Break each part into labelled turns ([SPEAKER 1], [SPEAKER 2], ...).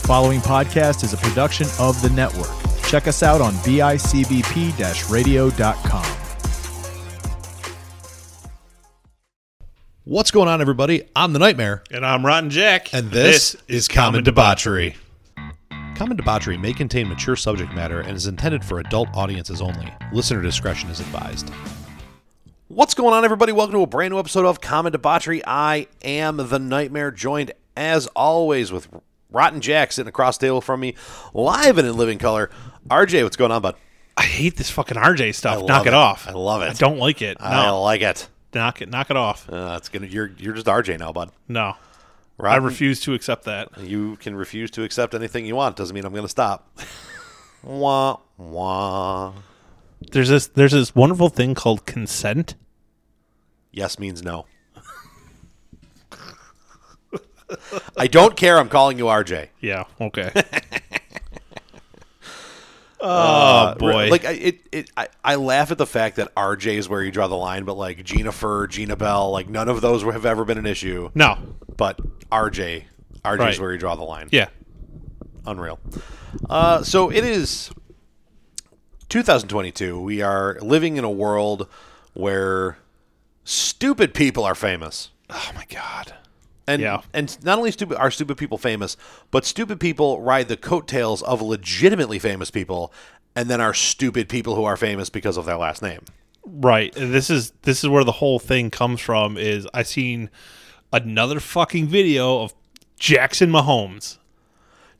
[SPEAKER 1] following podcast is a production of the network. Check us out on bicbp radio.com.
[SPEAKER 2] What's going on, everybody? I'm the Nightmare,
[SPEAKER 3] And I'm Rotten Jack.
[SPEAKER 2] and this, is Common Debauchery. Common Debauchery may contain mature subject matter and is intended for adult audiences only. Listener discretion is advised. What's going on, everybody? Welcome to a brand new episode of Common Debauchery. I am the Nightmare, joined as always with Rotten Jack sitting across the table from me, live and in living color. RJ, what's going on, bud?
[SPEAKER 3] I hate this fucking RJ
[SPEAKER 2] I
[SPEAKER 3] stuff.
[SPEAKER 2] love
[SPEAKER 3] Knock it,
[SPEAKER 2] it.
[SPEAKER 3] off.
[SPEAKER 2] I love it.
[SPEAKER 3] I don't like it. No.
[SPEAKER 2] I like it.
[SPEAKER 3] knock it. Knock it off.
[SPEAKER 2] Uh, it's gonna. You're you're just RJ now, bud.
[SPEAKER 3] No. I
[SPEAKER 2] Rotten,
[SPEAKER 3] refuse to accept that.
[SPEAKER 2] You can refuse to accept anything you want. Doesn't mean I'm going to stop. wah, wah.
[SPEAKER 3] There's this there's this wonderful thing called consent.
[SPEAKER 2] Yes means no. I don't care. I'm calling you RJ.
[SPEAKER 3] Yeah, okay. oh boy.
[SPEAKER 2] Like I, it, it I, I laugh at the fact that RJ is where you draw the line, but like Gina Fur, Gina Bell, like none of those have ever been an issue.
[SPEAKER 3] no.
[SPEAKER 2] But RJ, RJ is
[SPEAKER 3] Right.
[SPEAKER 2] where you draw the line.
[SPEAKER 3] Yeah.
[SPEAKER 2] Unreal. Uh, so it is 2022. We are living in a world where stupid people are famous.
[SPEAKER 3] Oh my god.
[SPEAKER 2] And,
[SPEAKER 3] Yeah.
[SPEAKER 2] and not only stupid are stupid people famous, but stupid people ride the coattails of legitimately famous people and then are stupid people who are famous because of their last name.
[SPEAKER 3] Right. This is this is where the whole thing comes from is I seen another fucking video of Jackson Mahomes.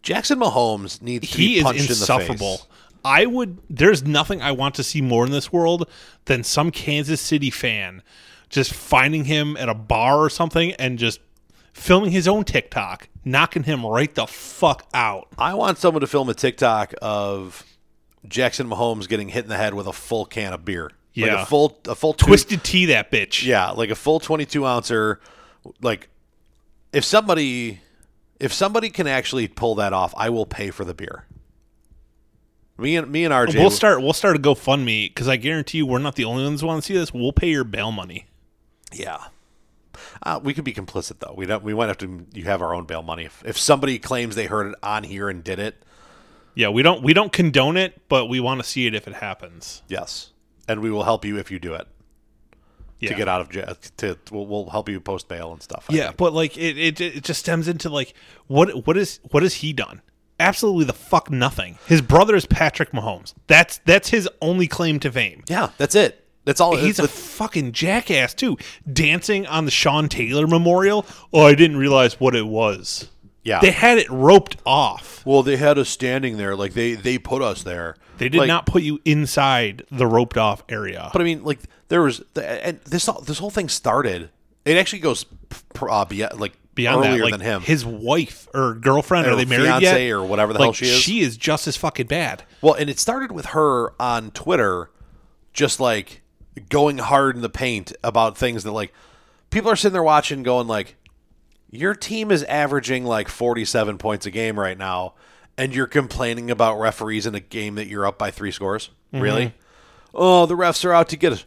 [SPEAKER 2] Jackson Mahomes needs to
[SPEAKER 3] he
[SPEAKER 2] be
[SPEAKER 3] is
[SPEAKER 2] punched
[SPEAKER 3] insufferable.
[SPEAKER 2] in the face.
[SPEAKER 3] I would. There's nothing I want to see more in this world than some Kansas City fan just finding him at a bar or something and just filming his own TikTok, knocking him right the fuck out.
[SPEAKER 2] I want someone to film a TikTok of Jackson Mahomes getting hit in the head with a full can of beer. Like
[SPEAKER 3] Yeah.
[SPEAKER 2] a full a full two-
[SPEAKER 3] Twisted tea, that bitch.
[SPEAKER 2] Yeah, like a full 22 ouncer. Like, if somebody, if somebody can actually pull that off, I will pay for the beer. Me and me and RJ,
[SPEAKER 3] We'll start. We'll start a GoFundMe because I guarantee you we're not the only ones who want to see this. We'll pay your bail money.
[SPEAKER 2] Yeah, uh, we could be complicit though. We don't. We might have to. You have our own bail money. If, if somebody claims they heard it on here and did it,
[SPEAKER 3] Yeah, we don't. We don't condone it, but we want to see it if it happens.
[SPEAKER 2] yes, and we will help you if you do it
[SPEAKER 3] Yeah.
[SPEAKER 2] to get out of jail. To we'll, we'll help you post bail and stuff. I
[SPEAKER 3] Yeah,
[SPEAKER 2] think.
[SPEAKER 3] but like it, it, it just stems into like what what is what has he done? Absolutely the fuck nothing. His brother is Patrick Mahomes. That's that's his only claim to fame.
[SPEAKER 2] yeah, that's it. That's all.
[SPEAKER 3] He's a
[SPEAKER 2] that's-
[SPEAKER 3] fucking jackass too, dancing on the Sean Taylor Memorial. Oh, I didn't realize what it was.
[SPEAKER 2] yeah.
[SPEAKER 3] They had it roped off.
[SPEAKER 2] well, they had us standing there. Like they they put us there.
[SPEAKER 3] They did
[SPEAKER 2] Like-
[SPEAKER 3] not put you inside the roped off area.
[SPEAKER 2] But I mean, like there was, and this this whole thing started. It actually goes pr- uh, be, like
[SPEAKER 3] Beyond
[SPEAKER 2] earlier
[SPEAKER 3] that, like
[SPEAKER 2] than him.
[SPEAKER 3] his wife or girlfriend,
[SPEAKER 2] Or
[SPEAKER 3] are they married
[SPEAKER 2] fiancé
[SPEAKER 3] yet?
[SPEAKER 2] or whatever the
[SPEAKER 3] like,
[SPEAKER 2] hell she is.
[SPEAKER 3] She is just as fucking bad.
[SPEAKER 2] well, and it started with her on Twitter, just like going hard in the paint about things that like people are sitting there watching, going like, "Your team is averaging like forty-seven points a game right now, and you're complaining about referees in a game that you're up by three scores?
[SPEAKER 3] Mm-hmm.
[SPEAKER 2] Really? Oh, the refs are out to get us.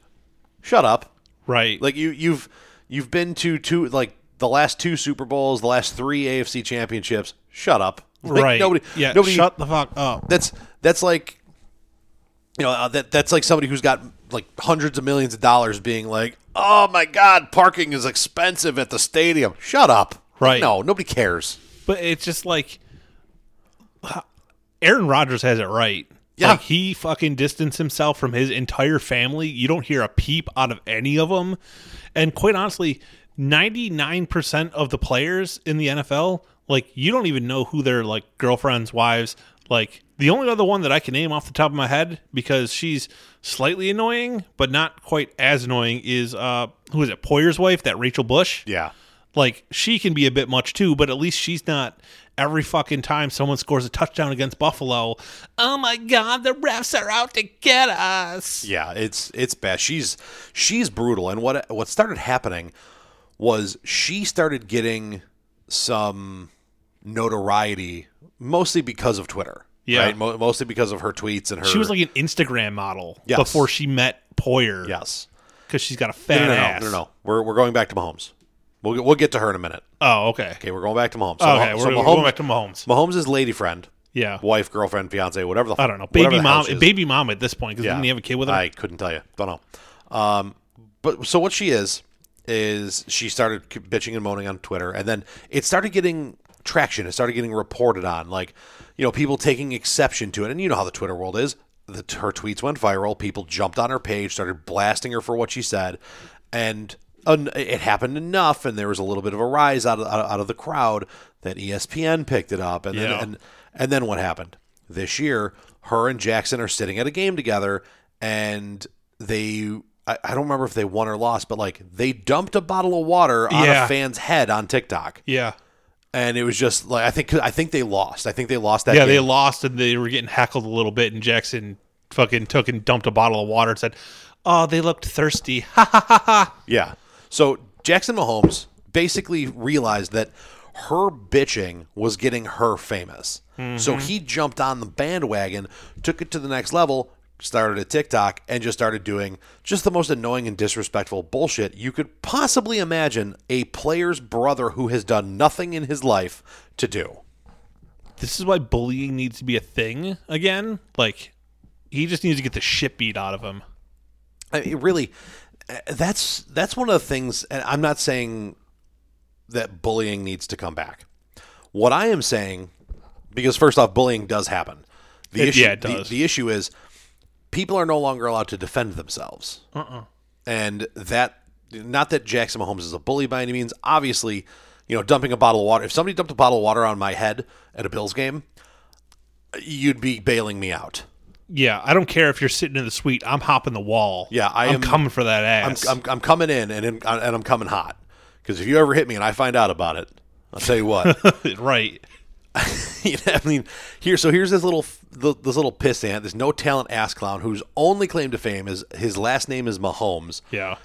[SPEAKER 2] Shut up."
[SPEAKER 3] Right.
[SPEAKER 2] Like you you've you've been to two like the last two Super Bowls, the last three AFC championships. Shut up. Like,
[SPEAKER 3] right.
[SPEAKER 2] Nobody
[SPEAKER 3] yeah.
[SPEAKER 2] nobody
[SPEAKER 3] shut the fuck up.
[SPEAKER 2] that's that's like you know, uh, that that's like somebody who's got like hundreds of millions of dollars being like, "Oh my god, parking is expensive at the stadium." Shut up.
[SPEAKER 3] Right.
[SPEAKER 2] No, nobody cares.
[SPEAKER 3] But it's just like Aaron Rodgers has it right.
[SPEAKER 2] Yeah.
[SPEAKER 3] Like he fucking distanced himself from his entire family. You don't hear a peep out of any of them. And quite honestly, 99% of the players in the NFL, like you don't even know who their like girlfriends, wives, like the only other one that I can name off the top of my head because she's slightly annoying, but not quite as annoying is uh who is it? Poyer's wife, that Rachel Bush
[SPEAKER 2] Yeah.
[SPEAKER 3] like she can be a bit much too, but at least she's not every fucking time someone scores a touchdown against Buffalo. Oh my god, the refs are out to get us.
[SPEAKER 2] Yeah, it's it's bad. She's she's brutal, and what what started happening was she started getting some notoriety mostly because of Twitter.
[SPEAKER 3] Yeah.
[SPEAKER 2] right? Mo- mostly because of her tweets and her.
[SPEAKER 3] She was like an Instagram model
[SPEAKER 2] Yes.
[SPEAKER 3] before she met Poyer.
[SPEAKER 2] yes,
[SPEAKER 3] Because she's got a
[SPEAKER 2] no,
[SPEAKER 3] fat
[SPEAKER 2] no, no, no,
[SPEAKER 3] ass.
[SPEAKER 2] no, no, no. We're we're going back to Mahomes. We'll get, we'll get to her in a minute.
[SPEAKER 3] Oh, okay.
[SPEAKER 2] Okay, we're going back to Mahomes.
[SPEAKER 3] okay,
[SPEAKER 2] Mah-
[SPEAKER 3] we're, we're going back to Mahomes.
[SPEAKER 2] Mahomes is lady friend,
[SPEAKER 3] Yeah.
[SPEAKER 2] wife, girlfriend, fiance, whatever the
[SPEAKER 3] I don't know.
[SPEAKER 2] whatever the
[SPEAKER 3] Baby
[SPEAKER 2] hell
[SPEAKER 3] mom,
[SPEAKER 2] she is.
[SPEAKER 3] baby mom at this point because didn't he have a kid with her?
[SPEAKER 2] I couldn't tell you. Don't know. Um, but so what she is is she started c- bitching and moaning on Twitter, and then it started getting traction. It started getting reported on, like you know, people taking exception to it, and you know how the Twitter world is. The, her tweets went viral. People jumped on her page, started blasting her for what she said, and. an- It happened enough, and there was a little bit of a rise out of, out of- out of the crowd that E ESPN picked it up, and then
[SPEAKER 3] Yeah.
[SPEAKER 2] and and then what happened? This year, her and Jackson are sitting at a game together, and they. I I don't remember if they won or lost, but like they dumped a bottle of water on
[SPEAKER 3] Yeah.
[SPEAKER 2] a fan's head on TikTok,
[SPEAKER 3] yeah.
[SPEAKER 2] and it was just like I think I think they lost. I think they lost that.
[SPEAKER 3] Yeah,
[SPEAKER 2] game.
[SPEAKER 3] they lost and they were getting heckled a little bit, and Jackson fucking took and dumped a bottle of water and said, "Oh, they looked thirsty." Ha ha ha ha.
[SPEAKER 2] Yeah. So Jackson Mahomes basically realized that her bitching was getting her famous. So he jumped on the bandwagon, took it to the next level, started a TikTok, and just started doing just the most annoying and disrespectful bullshit you could possibly imagine a player's brother who has done nothing in his life to do.
[SPEAKER 3] This is why bullying needs to be a thing again. Like, he just needs to get the shit beat out of him.
[SPEAKER 2] I mean, really, uh, that's that's one of the things. And I'm not saying that bullying needs to come back. What I am saying, because first off, bullying does happen. The
[SPEAKER 3] It-
[SPEAKER 2] issue,
[SPEAKER 3] yeah, it
[SPEAKER 2] the-
[SPEAKER 3] does.
[SPEAKER 2] The, issue is people are no longer allowed to defend themselves,
[SPEAKER 3] Uh-uh.
[SPEAKER 2] and that not that Jackson Mahomes is a bully by any means. Obviously, you know, dumping a bottle of water. If somebody dumped a bottle of water on my head at a Bills game, you'd be bailing me out.
[SPEAKER 3] Yeah, I don't care if you're sitting in the suite. I'm hopping the wall.
[SPEAKER 2] Yeah, I
[SPEAKER 3] am
[SPEAKER 2] am-
[SPEAKER 3] coming for that
[SPEAKER 2] I'm,
[SPEAKER 3] ass.
[SPEAKER 2] I'm, I'm coming in and and I'm coming hot. Because if you ever hit me and I find out about it, I'll tell you what.
[SPEAKER 3] right.
[SPEAKER 2] you know, I mean, here. So here's this little th- this little pissant, this no talent ass clown whose only claim to fame is his last name is Mahomes,
[SPEAKER 3] Yeah.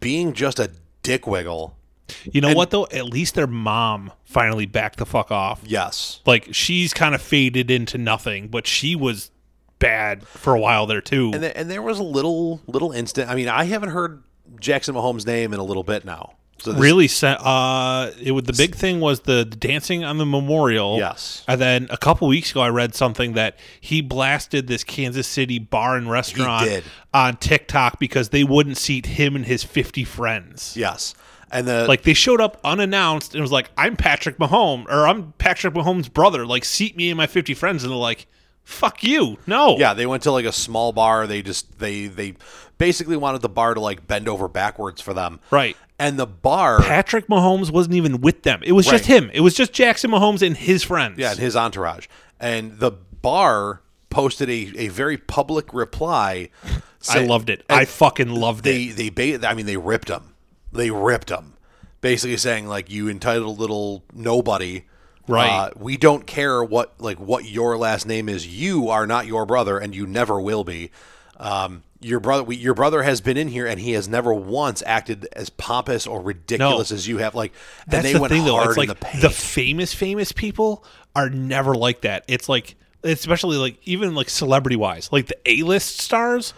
[SPEAKER 2] being just a dick wiggle.
[SPEAKER 3] You know what though? At least their mom finally backed the fuck off.
[SPEAKER 2] Yes,
[SPEAKER 3] Like she's kind of faded into nothing, but she was bad for a while there too.
[SPEAKER 2] and, there- and there was a little little instant. I mean, I haven't heard Jackson Mahomes' name in a little bit now. So this,
[SPEAKER 3] really sent uh it was the big thing was the dancing on the memorial
[SPEAKER 2] Yes.
[SPEAKER 3] and then a couple weeks ago i read something that he blasted this kansas city bar and restaurant
[SPEAKER 2] did.
[SPEAKER 3] on tiktok because they wouldn't seat him and his 50 friends
[SPEAKER 2] yes, and the
[SPEAKER 3] like they showed up unannounced and was like i'm patrick mahomes or i'm patrick mahomes brother like seat me and my 50 friends and they're like fuck you no
[SPEAKER 2] Yeah, they went to like a small bar. They just they they basically wanted the bar to like bend over backwards for them.
[SPEAKER 3] Right.
[SPEAKER 2] And the bar
[SPEAKER 3] Patrick Mahomes wasn't even with them. It was just
[SPEAKER 2] Right.
[SPEAKER 3] him. It was just Jackson Mahomes and his friends.
[SPEAKER 2] yeah, and his entourage. And the bar posted a, a very public reply.
[SPEAKER 3] I
[SPEAKER 2] say-
[SPEAKER 3] loved it.
[SPEAKER 2] and
[SPEAKER 3] I fucking loved it.
[SPEAKER 2] they they ba- I mean they ripped him. They ripped him. Basically saying like you entitled little nobody. uh,
[SPEAKER 3] Right.
[SPEAKER 2] we don't care what like what your last name is. You are not your brother, and you never will be. Um, your brother, we, your brother has been in here, and he has never once acted as pompous or ridiculous as you have. Like, and
[SPEAKER 3] That's
[SPEAKER 2] they
[SPEAKER 3] the
[SPEAKER 2] went
[SPEAKER 3] thing, though.
[SPEAKER 2] hard
[SPEAKER 3] It's like
[SPEAKER 2] in the paint.
[SPEAKER 3] famous, famous people are never like that. It's like, especially like even like celebrity wise, like the A list stars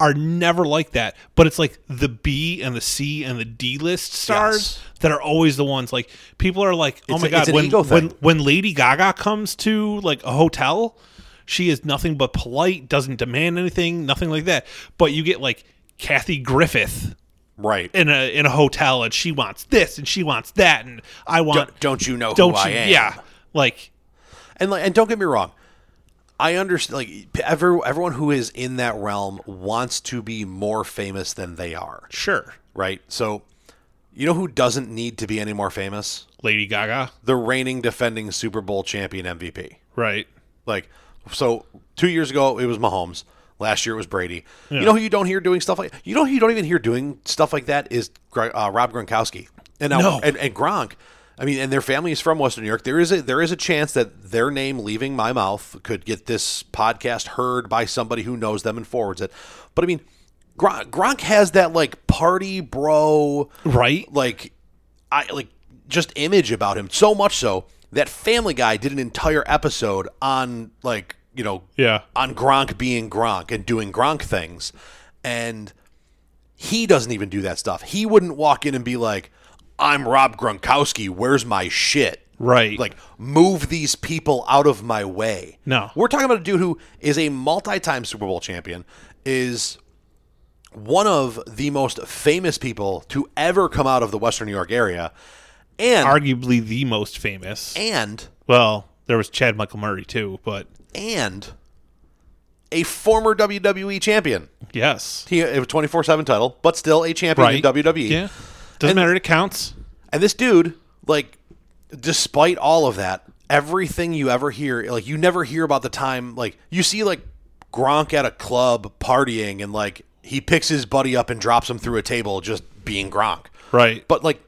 [SPEAKER 3] are never like that. But it's like the B and the C and the D list stars
[SPEAKER 2] Yes.
[SPEAKER 3] that are always the ones. Like people are like, oh
[SPEAKER 2] It's
[SPEAKER 3] my
[SPEAKER 2] a-
[SPEAKER 3] god,
[SPEAKER 2] it's an
[SPEAKER 3] when
[SPEAKER 2] ego
[SPEAKER 3] when
[SPEAKER 2] thing.
[SPEAKER 3] when Lady Gaga comes to like a hotel, she is nothing but polite, doesn't demand anything, nothing like that. But you get like Kathy Griffith
[SPEAKER 2] right?
[SPEAKER 3] in a in a hotel and she wants this and she wants that and I want
[SPEAKER 2] Don't- don't you know who
[SPEAKER 3] don't
[SPEAKER 2] I
[SPEAKER 3] you
[SPEAKER 2] am?
[SPEAKER 3] yeah like
[SPEAKER 2] And like, and don't get me wrong, I understand. Like, every, everyone who is in that realm wants to be more famous than they are.
[SPEAKER 3] sure
[SPEAKER 2] right? So, you know who doesn't need to be any more famous?
[SPEAKER 3] Lady Gaga
[SPEAKER 2] The reigning defending Super Bowl champion MVP.
[SPEAKER 3] right
[SPEAKER 2] Like, so two years ago it was Mahomes. Last year it was Brady. You know who you don't hear doing stuff like you know who you don't even hear doing stuff like that is Gr- uh, Rob Gronkowski and now
[SPEAKER 3] No.
[SPEAKER 2] and, and Gronk. I mean, and their family is from Western New York. There is a there is a chance that their name leaving my mouth could get this podcast heard by somebody who knows them and forwards it. But I mean, Gronk, Gronk has that like party bro,
[SPEAKER 3] right
[SPEAKER 2] like I like just image about him so much so that Family Guy did an entire episode on like you know
[SPEAKER 3] Yeah.
[SPEAKER 2] on Gronk being Gronk and doing Gronk things, and he doesn't even do that stuff. He wouldn't walk in and be like. I'm Rob Gronkowski. Where's my shit?
[SPEAKER 3] Right.
[SPEAKER 2] Like, move these people out of my way.
[SPEAKER 3] No.
[SPEAKER 2] We're talking about a dude who is a multi time Super Bowl champion, is one of the most famous people to ever come out of the Western New York area. And,
[SPEAKER 3] arguably the most famous.
[SPEAKER 2] and,
[SPEAKER 3] Well, there was Chad Michael Murray too, but
[SPEAKER 2] and a former WWE champion.
[SPEAKER 3] yes.
[SPEAKER 2] He a 24/7 title, but still a champion in E. WWE.
[SPEAKER 3] Yeah. Doesn't
[SPEAKER 2] And-
[SPEAKER 3] matter, it counts.
[SPEAKER 2] And this dude, like, despite all of that, everything you ever hear, like, you never hear about the time, like, you see, like, Gronk at a club partying and, like, he picks his buddy up and drops him through a table just being Gronk.
[SPEAKER 3] Right.
[SPEAKER 2] But, like,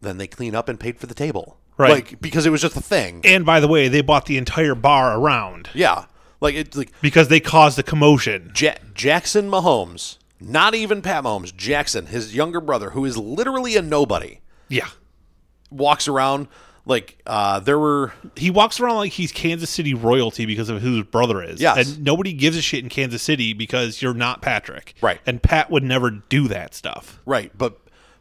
[SPEAKER 2] then they clean up and paid for the table.
[SPEAKER 3] Right.
[SPEAKER 2] Like, because it was just a thing.
[SPEAKER 3] and by the way, they bought the entire bar around
[SPEAKER 2] yeah. Like, it's like
[SPEAKER 3] because they caused a commotion.
[SPEAKER 2] ja- Jackson Mahomes, not even Pat Mahomes, Jackson, his younger brother, who is literally a nobody,
[SPEAKER 3] Yeah.
[SPEAKER 2] walks around. Like, uh, there were.
[SPEAKER 3] He walks around like he's Kansas City royalty because of who his brother is.
[SPEAKER 2] Yes.
[SPEAKER 3] And nobody gives a shit in Kansas City because you're not Patrick.
[SPEAKER 2] Right.
[SPEAKER 3] And Pat would never do that stuff.
[SPEAKER 2] Right, but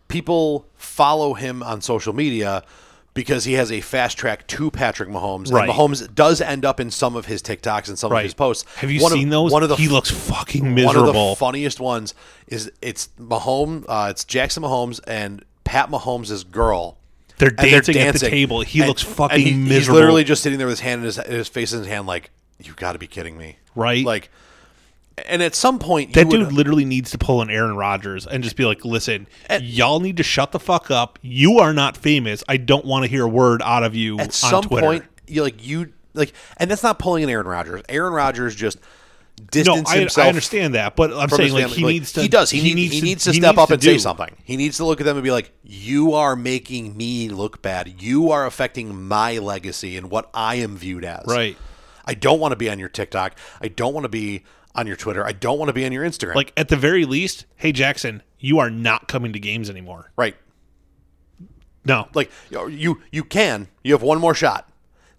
[SPEAKER 2] people follow him on social media because he has a fast track to Patrick Mahomes.
[SPEAKER 3] Right.
[SPEAKER 2] And Mahomes does end up in some of his TikToks and some of
[SPEAKER 3] Right.
[SPEAKER 2] his posts.
[SPEAKER 3] Have you
[SPEAKER 2] One of-
[SPEAKER 3] seen those?
[SPEAKER 2] One of the
[SPEAKER 3] he looks fucking
[SPEAKER 2] one of
[SPEAKER 3] miserable.
[SPEAKER 2] the funniest ones is it's Mahomes, uh, it's Jackson Mahomes and Pat Mahomes' girl.
[SPEAKER 3] They're
[SPEAKER 2] And they're
[SPEAKER 3] dancing at the
[SPEAKER 2] dancing.
[SPEAKER 3] table. He
[SPEAKER 2] And-
[SPEAKER 3] looks
[SPEAKER 2] and
[SPEAKER 3] fucking
[SPEAKER 2] he- He's
[SPEAKER 3] miserable.
[SPEAKER 2] literally just sitting there with his hand in his, his face in his hand, like you got to be kidding me,
[SPEAKER 3] Right.
[SPEAKER 2] Like, and at some point,
[SPEAKER 3] That
[SPEAKER 2] you would-
[SPEAKER 3] dude literally needs to pull an Aaron Rodgers and just be like, "Listen, y'all need to shut the fuck up. You are not famous. I don't want to hear a word out of you on
[SPEAKER 2] at some
[SPEAKER 3] Twitter."
[SPEAKER 2] point, you like you like, and that's not pulling an Aaron Rodgers. Aaron Rodgers just
[SPEAKER 3] no,
[SPEAKER 2] distanced
[SPEAKER 3] I,
[SPEAKER 2] himself.
[SPEAKER 3] I understand that, but I'm
[SPEAKER 2] from his
[SPEAKER 3] saying like
[SPEAKER 2] family.
[SPEAKER 3] he needs to.
[SPEAKER 2] He does. He, needs. he needs to step
[SPEAKER 3] needs
[SPEAKER 2] up
[SPEAKER 3] to
[SPEAKER 2] and say
[SPEAKER 3] do.
[SPEAKER 2] something. He needs to look at them and be like, "You are making me look bad. You are affecting my legacy and what I am viewed as."
[SPEAKER 3] Right.
[SPEAKER 2] I don't want to be on your TikTok. I don't want to be on your Twitter. I don't want to be on your Instagram.
[SPEAKER 3] Like at the very least, hey Jackson, you are not coming to games anymore.
[SPEAKER 2] right.
[SPEAKER 3] No,
[SPEAKER 2] Like you you can. You have one more shot.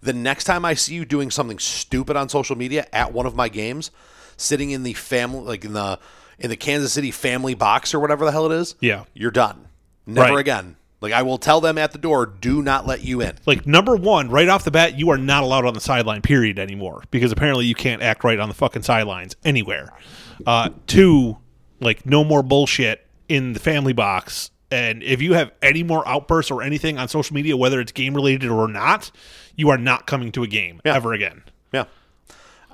[SPEAKER 2] The next time I see you doing something stupid on social media at one of my games, sitting in the family like in the in the Kansas City family box or whatever the hell it is,
[SPEAKER 3] Yeah.
[SPEAKER 2] you're done. Never
[SPEAKER 3] Right.
[SPEAKER 2] again. Like I will tell them at the door, do not let you in.
[SPEAKER 3] like number one, right off the bat, you are not allowed on the sideline. Period anymore because apparently you can't act right on the fucking sidelines anywhere. Uh, two, like no more bullshit in the family box. And if you have any more outbursts or anything on social media, whether it's game related or not, you are not coming to a game ever again.
[SPEAKER 2] Yeah.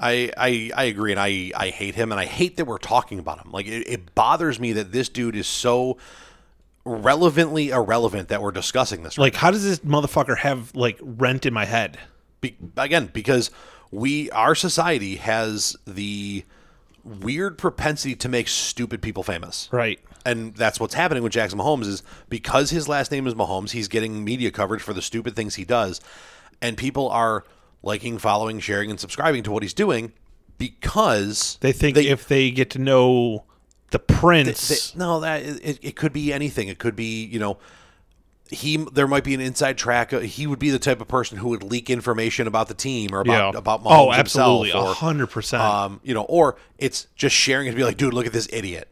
[SPEAKER 2] I, I I agree and I I hate him and I hate that we're talking about him. Like it, it bothers me that this dude is so relevantly irrelevant that we're discussing this.
[SPEAKER 3] Like, how does this motherfucker have like rent in my head?
[SPEAKER 2] be, again because we our society has the weird propensity to make stupid people famous
[SPEAKER 3] Right.
[SPEAKER 2] and that's what's happening with Jackson Mahomes is because his last name is Mahomes he's getting media coverage for the stupid things he does and people are liking following sharing and subscribing to what he's doing because
[SPEAKER 3] They think if they get to know the prince,
[SPEAKER 2] Th- no, that it, it could be anything. It could be you know he there might be an inside track. Uh, He would be the type of person who would leak information about the team or about
[SPEAKER 3] Yeah.
[SPEAKER 2] about Mahomes
[SPEAKER 3] Oh, absolutely.
[SPEAKER 2] himself. or,
[SPEAKER 3] 100%.
[SPEAKER 2] Um, you know, or it's just sharing it to be like, dude, look at this idiot,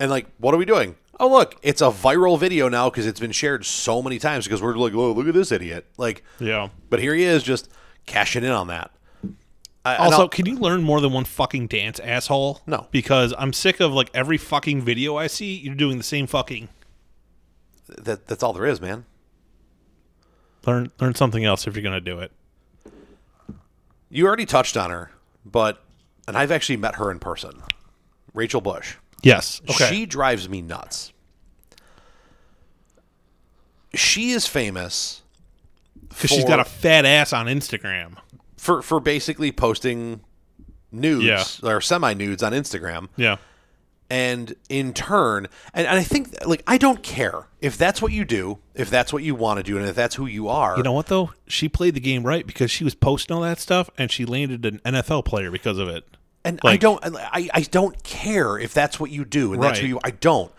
[SPEAKER 2] and like, what are we doing? Oh, look, it's a viral video now because it's been shared so many times because we're like, oh, look at this idiot, like,
[SPEAKER 3] yeah.
[SPEAKER 2] but here he is just cashing in on that. I- and
[SPEAKER 3] Also,
[SPEAKER 2] I'll-
[SPEAKER 3] can you learn more than one fucking dance, asshole?
[SPEAKER 2] No.
[SPEAKER 3] Because I'm sick of like every fucking video I see, you're doing the same fucking
[SPEAKER 2] that that's all there is, man.
[SPEAKER 3] learn learn something else if you're gonna do it.
[SPEAKER 2] You already touched on her, but and I've actually met her in person. Rachel Bush.
[SPEAKER 3] Yes. Okay.
[SPEAKER 2] She drives me nuts. She is famous
[SPEAKER 3] Because she's
[SPEAKER 2] for-
[SPEAKER 3] got a fat ass on Instagram.
[SPEAKER 2] for for basically posting nudes
[SPEAKER 3] Yeah.
[SPEAKER 2] or semi nudes on Instagram.
[SPEAKER 3] Yeah.
[SPEAKER 2] and in turn and, and i think like i don't care if that's what you do if that's what you want to do and if that's who you are
[SPEAKER 3] You know what though? She played the game right because she was posting all that stuff and she landed an NFL player because of it.
[SPEAKER 2] And I
[SPEAKER 3] Like-
[SPEAKER 2] don't, and I, I don't care if that's what you do and that's who
[SPEAKER 3] Right.
[SPEAKER 2] you. I don't,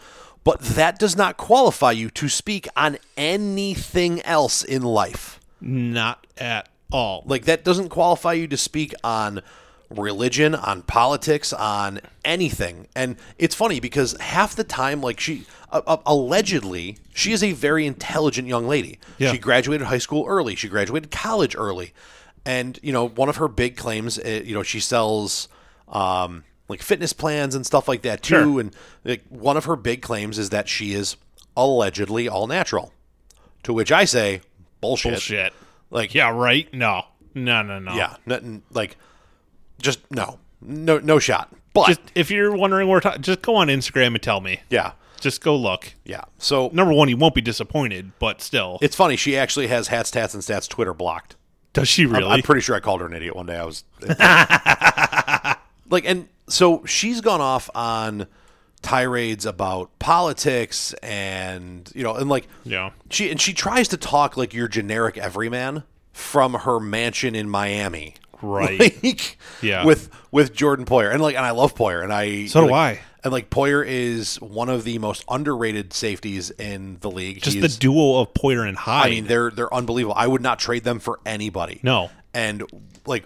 [SPEAKER 2] but that does not qualify you to speak on anything else in life.
[SPEAKER 3] Not at all.
[SPEAKER 2] Like that doesn't qualify you to speak on religion, on politics, on anything. And it's funny because half the time, like she uh, uh, allegedly, she is a very intelligent young lady.
[SPEAKER 3] Yeah.
[SPEAKER 2] She graduated high school early. She graduated college early, and you know one of her big claims, uh, you know, she sells um, like fitness plans and stuff like that too.
[SPEAKER 3] Sure.
[SPEAKER 2] And like, one of her big claims is that she is allegedly all natural. To which I say, bullshit.
[SPEAKER 3] Bullshit.
[SPEAKER 2] Like,
[SPEAKER 3] Yeah, right? No. No, no, no.
[SPEAKER 2] yeah, nothing like just no, no, no shot. But
[SPEAKER 3] Just if you're wondering where to, just go on Instagram and tell me.
[SPEAKER 2] yeah,
[SPEAKER 3] Just go look.
[SPEAKER 2] yeah. So
[SPEAKER 3] Number one, you won't be disappointed, but still.
[SPEAKER 2] it's funny. She actually has hats, tats, and stats Twitter blocked.
[SPEAKER 3] Does she really?
[SPEAKER 2] I'm pretty sure I called her an idiot one day. I was like, and so she's gone off on tirades about politics and you know, and like
[SPEAKER 3] yeah.
[SPEAKER 2] she and she tries to talk like your generic everyman from her mansion in Miami.
[SPEAKER 3] Right.
[SPEAKER 2] Like,
[SPEAKER 3] Yeah.
[SPEAKER 2] With with Jordan Poyer. And like and I love Poyer and I
[SPEAKER 3] So do
[SPEAKER 2] like-
[SPEAKER 3] I.
[SPEAKER 2] And like Poyer is one of the most underrated safeties in the league.
[SPEAKER 3] Just
[SPEAKER 2] He's-
[SPEAKER 3] the duo of Poyer and Hyde.
[SPEAKER 2] I mean, they're they're unbelievable. I would not trade them for anybody.
[SPEAKER 3] No.
[SPEAKER 2] And like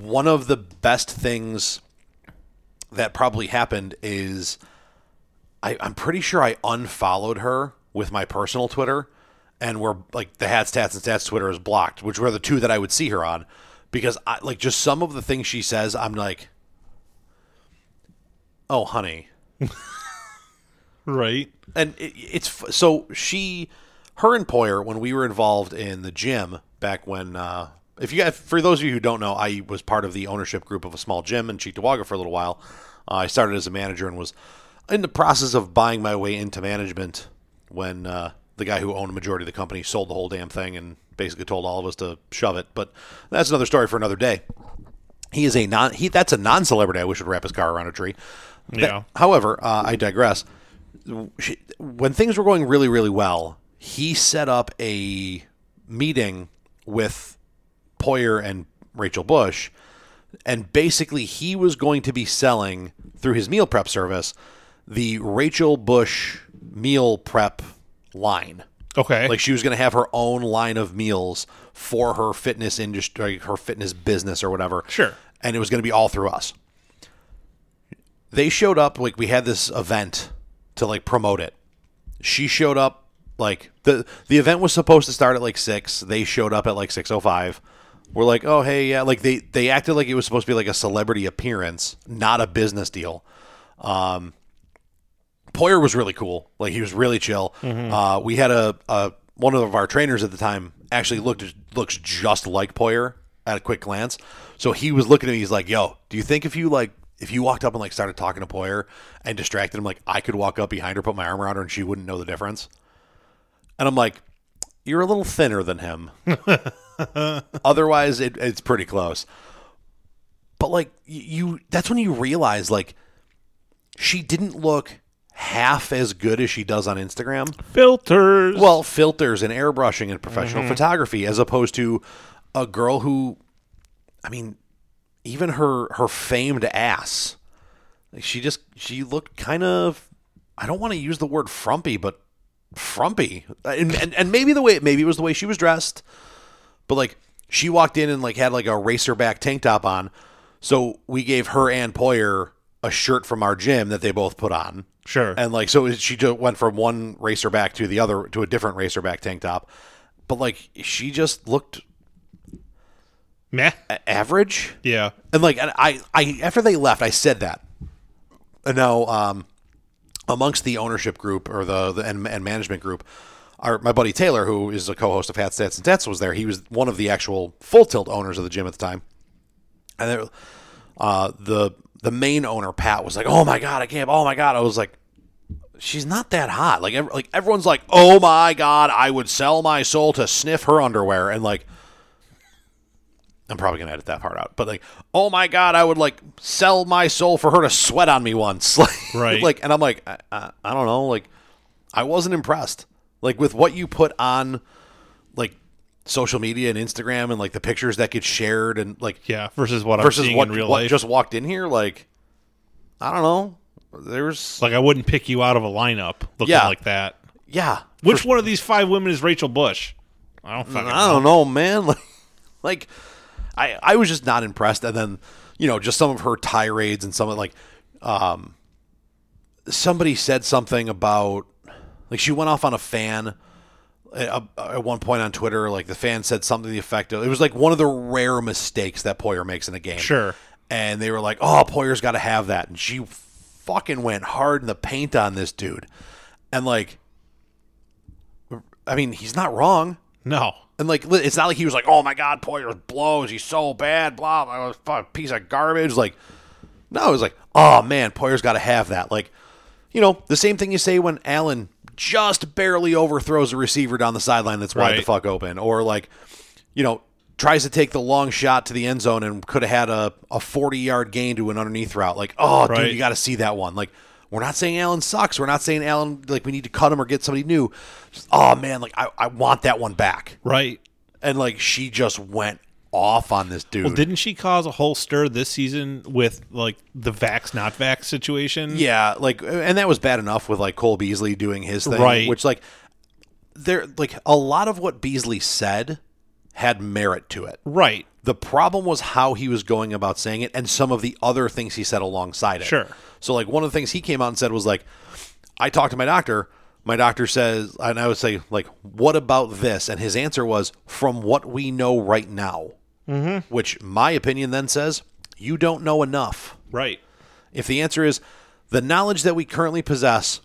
[SPEAKER 2] one of the best things that probably happened is I, I'm pretty sure I unfollowed her with my personal Twitter, and we're like the hats, tats, and stats Twitter is blocked, which were the two that I would see her on, because I like just some of the things she says, I'm like, oh honey,
[SPEAKER 3] right.
[SPEAKER 2] and it, it's f- so she, her and Poyer, when we were involved in the gym back when, uh, if you guys, for those of you who don't know, I was part of the ownership group of a small gym in Cheektowaga for a little while. Uh, I started as a manager and was in the process of buying my way into management when uh, the guy who owned a majority of the company sold the whole damn thing and basically told all of us to shove it. But that's another story for another day. He is a non he that's a non celebrity. I wish would wrap his car around a tree. That-
[SPEAKER 3] Yeah.
[SPEAKER 2] however, uh, I digress. She- When things were going really really well, he set up a meeting with Poyer and Rachel Bush, and basically he was going to be selling through his meal prep service the Rachel Bush meal prep line.
[SPEAKER 3] Okay.
[SPEAKER 2] Like she was going to have her own line of meals for her fitness industry, her fitness business or whatever.
[SPEAKER 3] Sure.
[SPEAKER 2] And it was going to be all through us. They showed up like we had this event to like promote it. She showed up like the the event was supposed to start at like 6. They showed up at like 6:05. We're like, "Oh, hey, yeah." Like they they acted like it was supposed to be like a celebrity appearance, not a business deal. Poyer was really cool. Like he was really chill. Uh, we had a, a one of our trainers at the time actually looked looks just like Poyer at a quick glance. So he was looking at me. He's like, "Yo, do you think if you like if you walked up and like started talking to Poyer and distracted him, like I could walk up behind her, put my arm around her, and she wouldn't know the difference?" And I'm like, "You're a little thinner than him. Otherwise, it, it's pretty close." But like y- you, that's when you realize like she didn't look half as good as she does on Instagram.
[SPEAKER 3] Filters.
[SPEAKER 2] Well, filters and airbrushing and professional photography as opposed to a girl who I mean even her her famed ass. Like she just she looked kind of I don't want to use the word frumpy, but frumpy. And, and and maybe the way maybe it was the way she was dressed, but like she walked in and like had like a racer back tank top on. So we gave her and Poyer a shirt from our gym that they both put on.
[SPEAKER 3] sure.
[SPEAKER 2] And like, so she just went from one racer back to the other to a different racer back tank top. But like, she just looked
[SPEAKER 3] Meh.
[SPEAKER 2] a- average.
[SPEAKER 3] Yeah.
[SPEAKER 2] And like, and I, I, after they left, I said that. And now, um, amongst the ownership group or the, the and, and management group, our, my buddy Taylor, who is a co-host of Hat Stats and Stats, was there. He was one of the actual full tilt owners of the gym at the time. And there, uh, the the main owner Pat was like, "Oh my god, I can't! Oh my god!" I was like, "She's not that hot." Like, ev- like everyone's like, "Oh my god, I would sell my soul to sniff her underwear," and like. I'm probably gonna edit that part out, but like, oh my god, I would like sell my soul for her to sweat on me once, like,
[SPEAKER 3] Right.
[SPEAKER 2] Like, and I'm like, I, I, I don't know, like, I wasn't impressed, like, with what you put on, like, social media and Instagram and like the pictures that get shared and like,
[SPEAKER 3] Yeah. Versus what I'm
[SPEAKER 2] versus
[SPEAKER 3] seeing
[SPEAKER 2] what,
[SPEAKER 3] in real
[SPEAKER 2] what
[SPEAKER 3] life.
[SPEAKER 2] just walked in here. Like, I don't know. There's
[SPEAKER 3] like I wouldn't pick you out of a lineup looking
[SPEAKER 2] Yeah.
[SPEAKER 3] like that.
[SPEAKER 2] yeah.
[SPEAKER 3] Which one of these five women is Rachel Bush? I don't fucking
[SPEAKER 2] I don't know, man. Like, like I I was just not impressed. And then you know just some of her tirades and some of like um somebody said something about like she went off on a fan at, at one point on Twitter. Like the fan said something to the effect of it was like one of the rare mistakes that Poyer makes in a game.
[SPEAKER 3] Sure.
[SPEAKER 2] And they were like, "Oh, Poyer's got to have that," and she fucking went hard in the paint on this dude. And like, I mean, he's not wrong.
[SPEAKER 3] No.
[SPEAKER 2] And like, li- it's not like he was like, "Oh my God, Poyer blows. He's so bad." Blah blah. blah fuck, piece of garbage. Like, no, it was like, "Oh man, Poyer's got to have that." Like, you know, the same thing you say when Allen just barely overthrows a receiver down the sideline that's wide the
[SPEAKER 3] Right.
[SPEAKER 2] fuck open, or like, you know, tries to take the long shot to the end zone and could have had a a forty yard gain to an underneath route. Like, oh, dude,
[SPEAKER 3] Right.
[SPEAKER 2] you got to see that one. Like, we're not saying Allen sucks. We're not saying Allen like we need to cut him or get somebody new. Just, oh man, like I, I want that one back
[SPEAKER 3] Right.
[SPEAKER 2] and like she just went off on this dude.
[SPEAKER 3] Well, didn't she cause a whole stir this season with like the vax not vax situation?
[SPEAKER 2] yeah, like, and that was bad enough with like Cole Beasley doing his thing,
[SPEAKER 3] Right.
[SPEAKER 2] Which like, there, like a lot of what Beasley said had merit to it.
[SPEAKER 3] Right.
[SPEAKER 2] The problem was how he was going about saying it, and some of the other things he said alongside it.
[SPEAKER 3] Sure.
[SPEAKER 2] So like one of the things he came out and said was like, I talked to my doctor. My doctor says, and I would say like, what about this? And his answer was, from what we know right now, mm-hmm. which my opinion then says you don't know enough.
[SPEAKER 3] Right.
[SPEAKER 2] If the answer is the knowledge that we currently possess,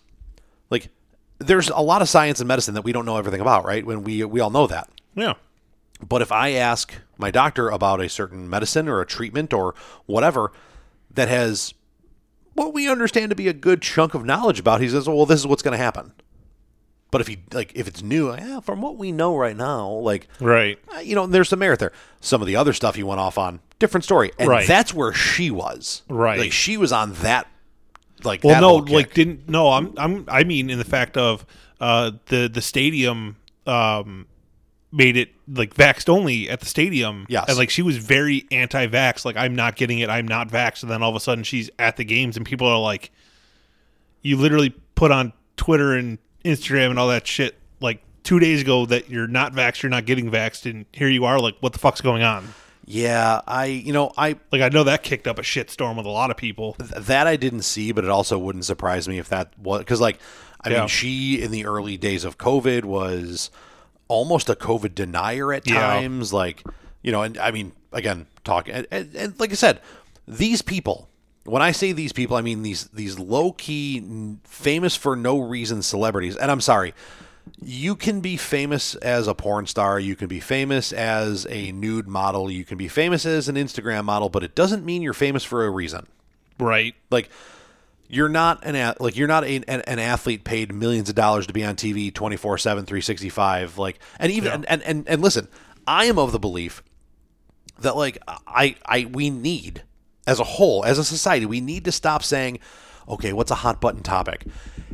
[SPEAKER 2] like there's a lot of science and medicine that we don't know everything about, right? When we we all know that.
[SPEAKER 3] Yeah.
[SPEAKER 2] But if I ask my doctor about a certain medicine or a treatment or whatever that has what we understand to be a good chunk of knowledge about, he says, "Well, this is what's going to happen." But if you like, if it's new, yeah, from what we know right now, like
[SPEAKER 3] Right.
[SPEAKER 2] uh, you know, there's some merit there. Some of the other stuff he went off on, different story. And
[SPEAKER 3] Right.
[SPEAKER 2] that's where she was.
[SPEAKER 3] Right.
[SPEAKER 2] Like she was on that like
[SPEAKER 3] Well,
[SPEAKER 2] that
[SPEAKER 3] no,
[SPEAKER 2] whole kick.
[SPEAKER 3] like didn't no. I'm I'm I mean in the fact of uh the the stadium um made it like vaxxed only at the stadium.
[SPEAKER 2] Yes.
[SPEAKER 3] and like she was very anti-vax. Like I'm not getting it. I'm not vaxxed. And then all of a sudden she's at the games and people are like, you literally put on Twitter and Instagram and all that shit like two days ago that you're not vaxxed. You're not getting vaxxed, and here you are. Like what the fuck's going on?
[SPEAKER 2] Yeah, I you know, I
[SPEAKER 3] Like I know that kicked up a shit storm with a lot of people.
[SPEAKER 2] th- that I didn't see, but it also wouldn't surprise me if that was because, like, I
[SPEAKER 3] Yeah.
[SPEAKER 2] mean, she in the early days of COVID was almost a COVID denier at
[SPEAKER 3] Yeah.
[SPEAKER 2] times. Like, you know, and I mean, again, talking and, and, and like I said, these people. When I say these people, I mean these these low key, famous for no reason celebrities. And I'm sorry, you can be famous as a porn star, you can be famous as a nude model, you can be famous as an Instagram model, but it doesn't mean you're famous for a reason.
[SPEAKER 3] Right.
[SPEAKER 2] Like you're not an ath- like you're not a, an, an athlete paid millions of dollars to be on TV 24/7 365 like and even and, and and and listen, I am of the belief that like I I we need as a whole as a society we need to stop saying okay, what's a hot button topic?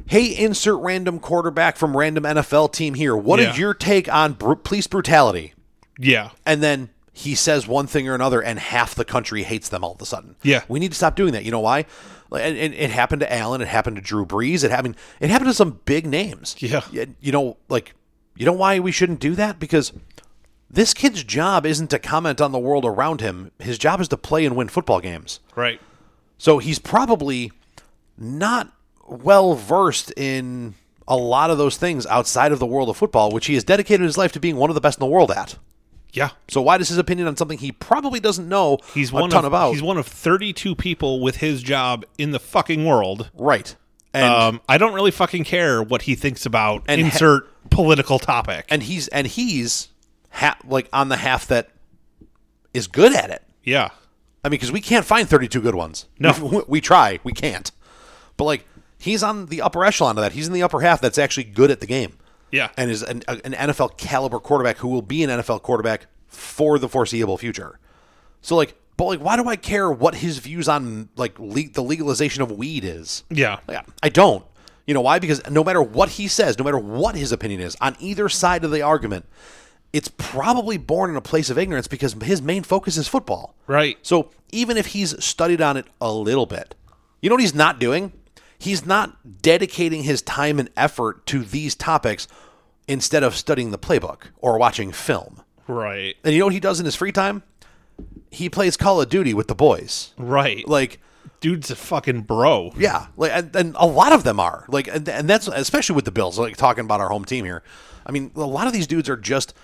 [SPEAKER 2] Hey, insert random quarterback from random NFL team here. What is
[SPEAKER 3] Yeah.
[SPEAKER 2] your take on br- police brutality?
[SPEAKER 3] Yeah.
[SPEAKER 2] and then he says one thing or another, and half the country hates them all of a sudden.
[SPEAKER 3] Yeah.
[SPEAKER 2] we need to stop doing that. You know why? Like, And, and it happened to Allen. It happened to Drew Brees. It happened. It happened to some big names.
[SPEAKER 3] Yeah.
[SPEAKER 2] Y- You know, like you know why we shouldn't do that because this kid's job isn't to comment on the world around him. His job is to play and win football games.
[SPEAKER 3] Right.
[SPEAKER 2] So he's probably not well versed in a lot of those things outside of the world of football, which he has dedicated his life to being one of the best in the world at.
[SPEAKER 3] Yeah.
[SPEAKER 2] So why does his opinion on something he probably doesn't know
[SPEAKER 3] He's
[SPEAKER 2] a
[SPEAKER 3] one
[SPEAKER 2] ton
[SPEAKER 3] of
[SPEAKER 2] about?
[SPEAKER 3] he's one of 32 people with his job in the fucking world.
[SPEAKER 2] right. And
[SPEAKER 3] um, I don't really fucking care what he thinks about
[SPEAKER 2] And ha-
[SPEAKER 3] insert political topic.
[SPEAKER 2] and he's and he's ha- like on the half that is good at it.
[SPEAKER 3] yeah,
[SPEAKER 2] I mean, because we can't find 32 good ones.
[SPEAKER 3] No.
[SPEAKER 2] we, we try, we can't. But like, he's on the upper echelon of that. He's in the upper half that's actually good at the game,
[SPEAKER 3] yeah,
[SPEAKER 2] and is an, a- an NFL caliber quarterback who will be an NFL quarterback for the foreseeable future. So like, but like, why do I care what his views on like le- the legalization of weed is?
[SPEAKER 3] yeah,
[SPEAKER 2] Yeah, I don't. You know why? Because no matter what he says, no matter what his opinion is on either side of the argument, it's probably born in a place of ignorance because his main focus is football.
[SPEAKER 3] Right.
[SPEAKER 2] So even if he's studied on it a little bit, you know what he's not doing? He's not dedicating his time and effort to these topics instead of studying the playbook or watching film.
[SPEAKER 3] right.
[SPEAKER 2] And you know what he does in his free time? he plays Call of Duty with the boys.
[SPEAKER 3] Right.
[SPEAKER 2] Like,
[SPEAKER 3] dude's a fucking bro.
[SPEAKER 2] yeah, like, and, and a lot of them are like, and, and that's especially with the Bills. Like talking about our home team here, I mean, a lot of these dudes are just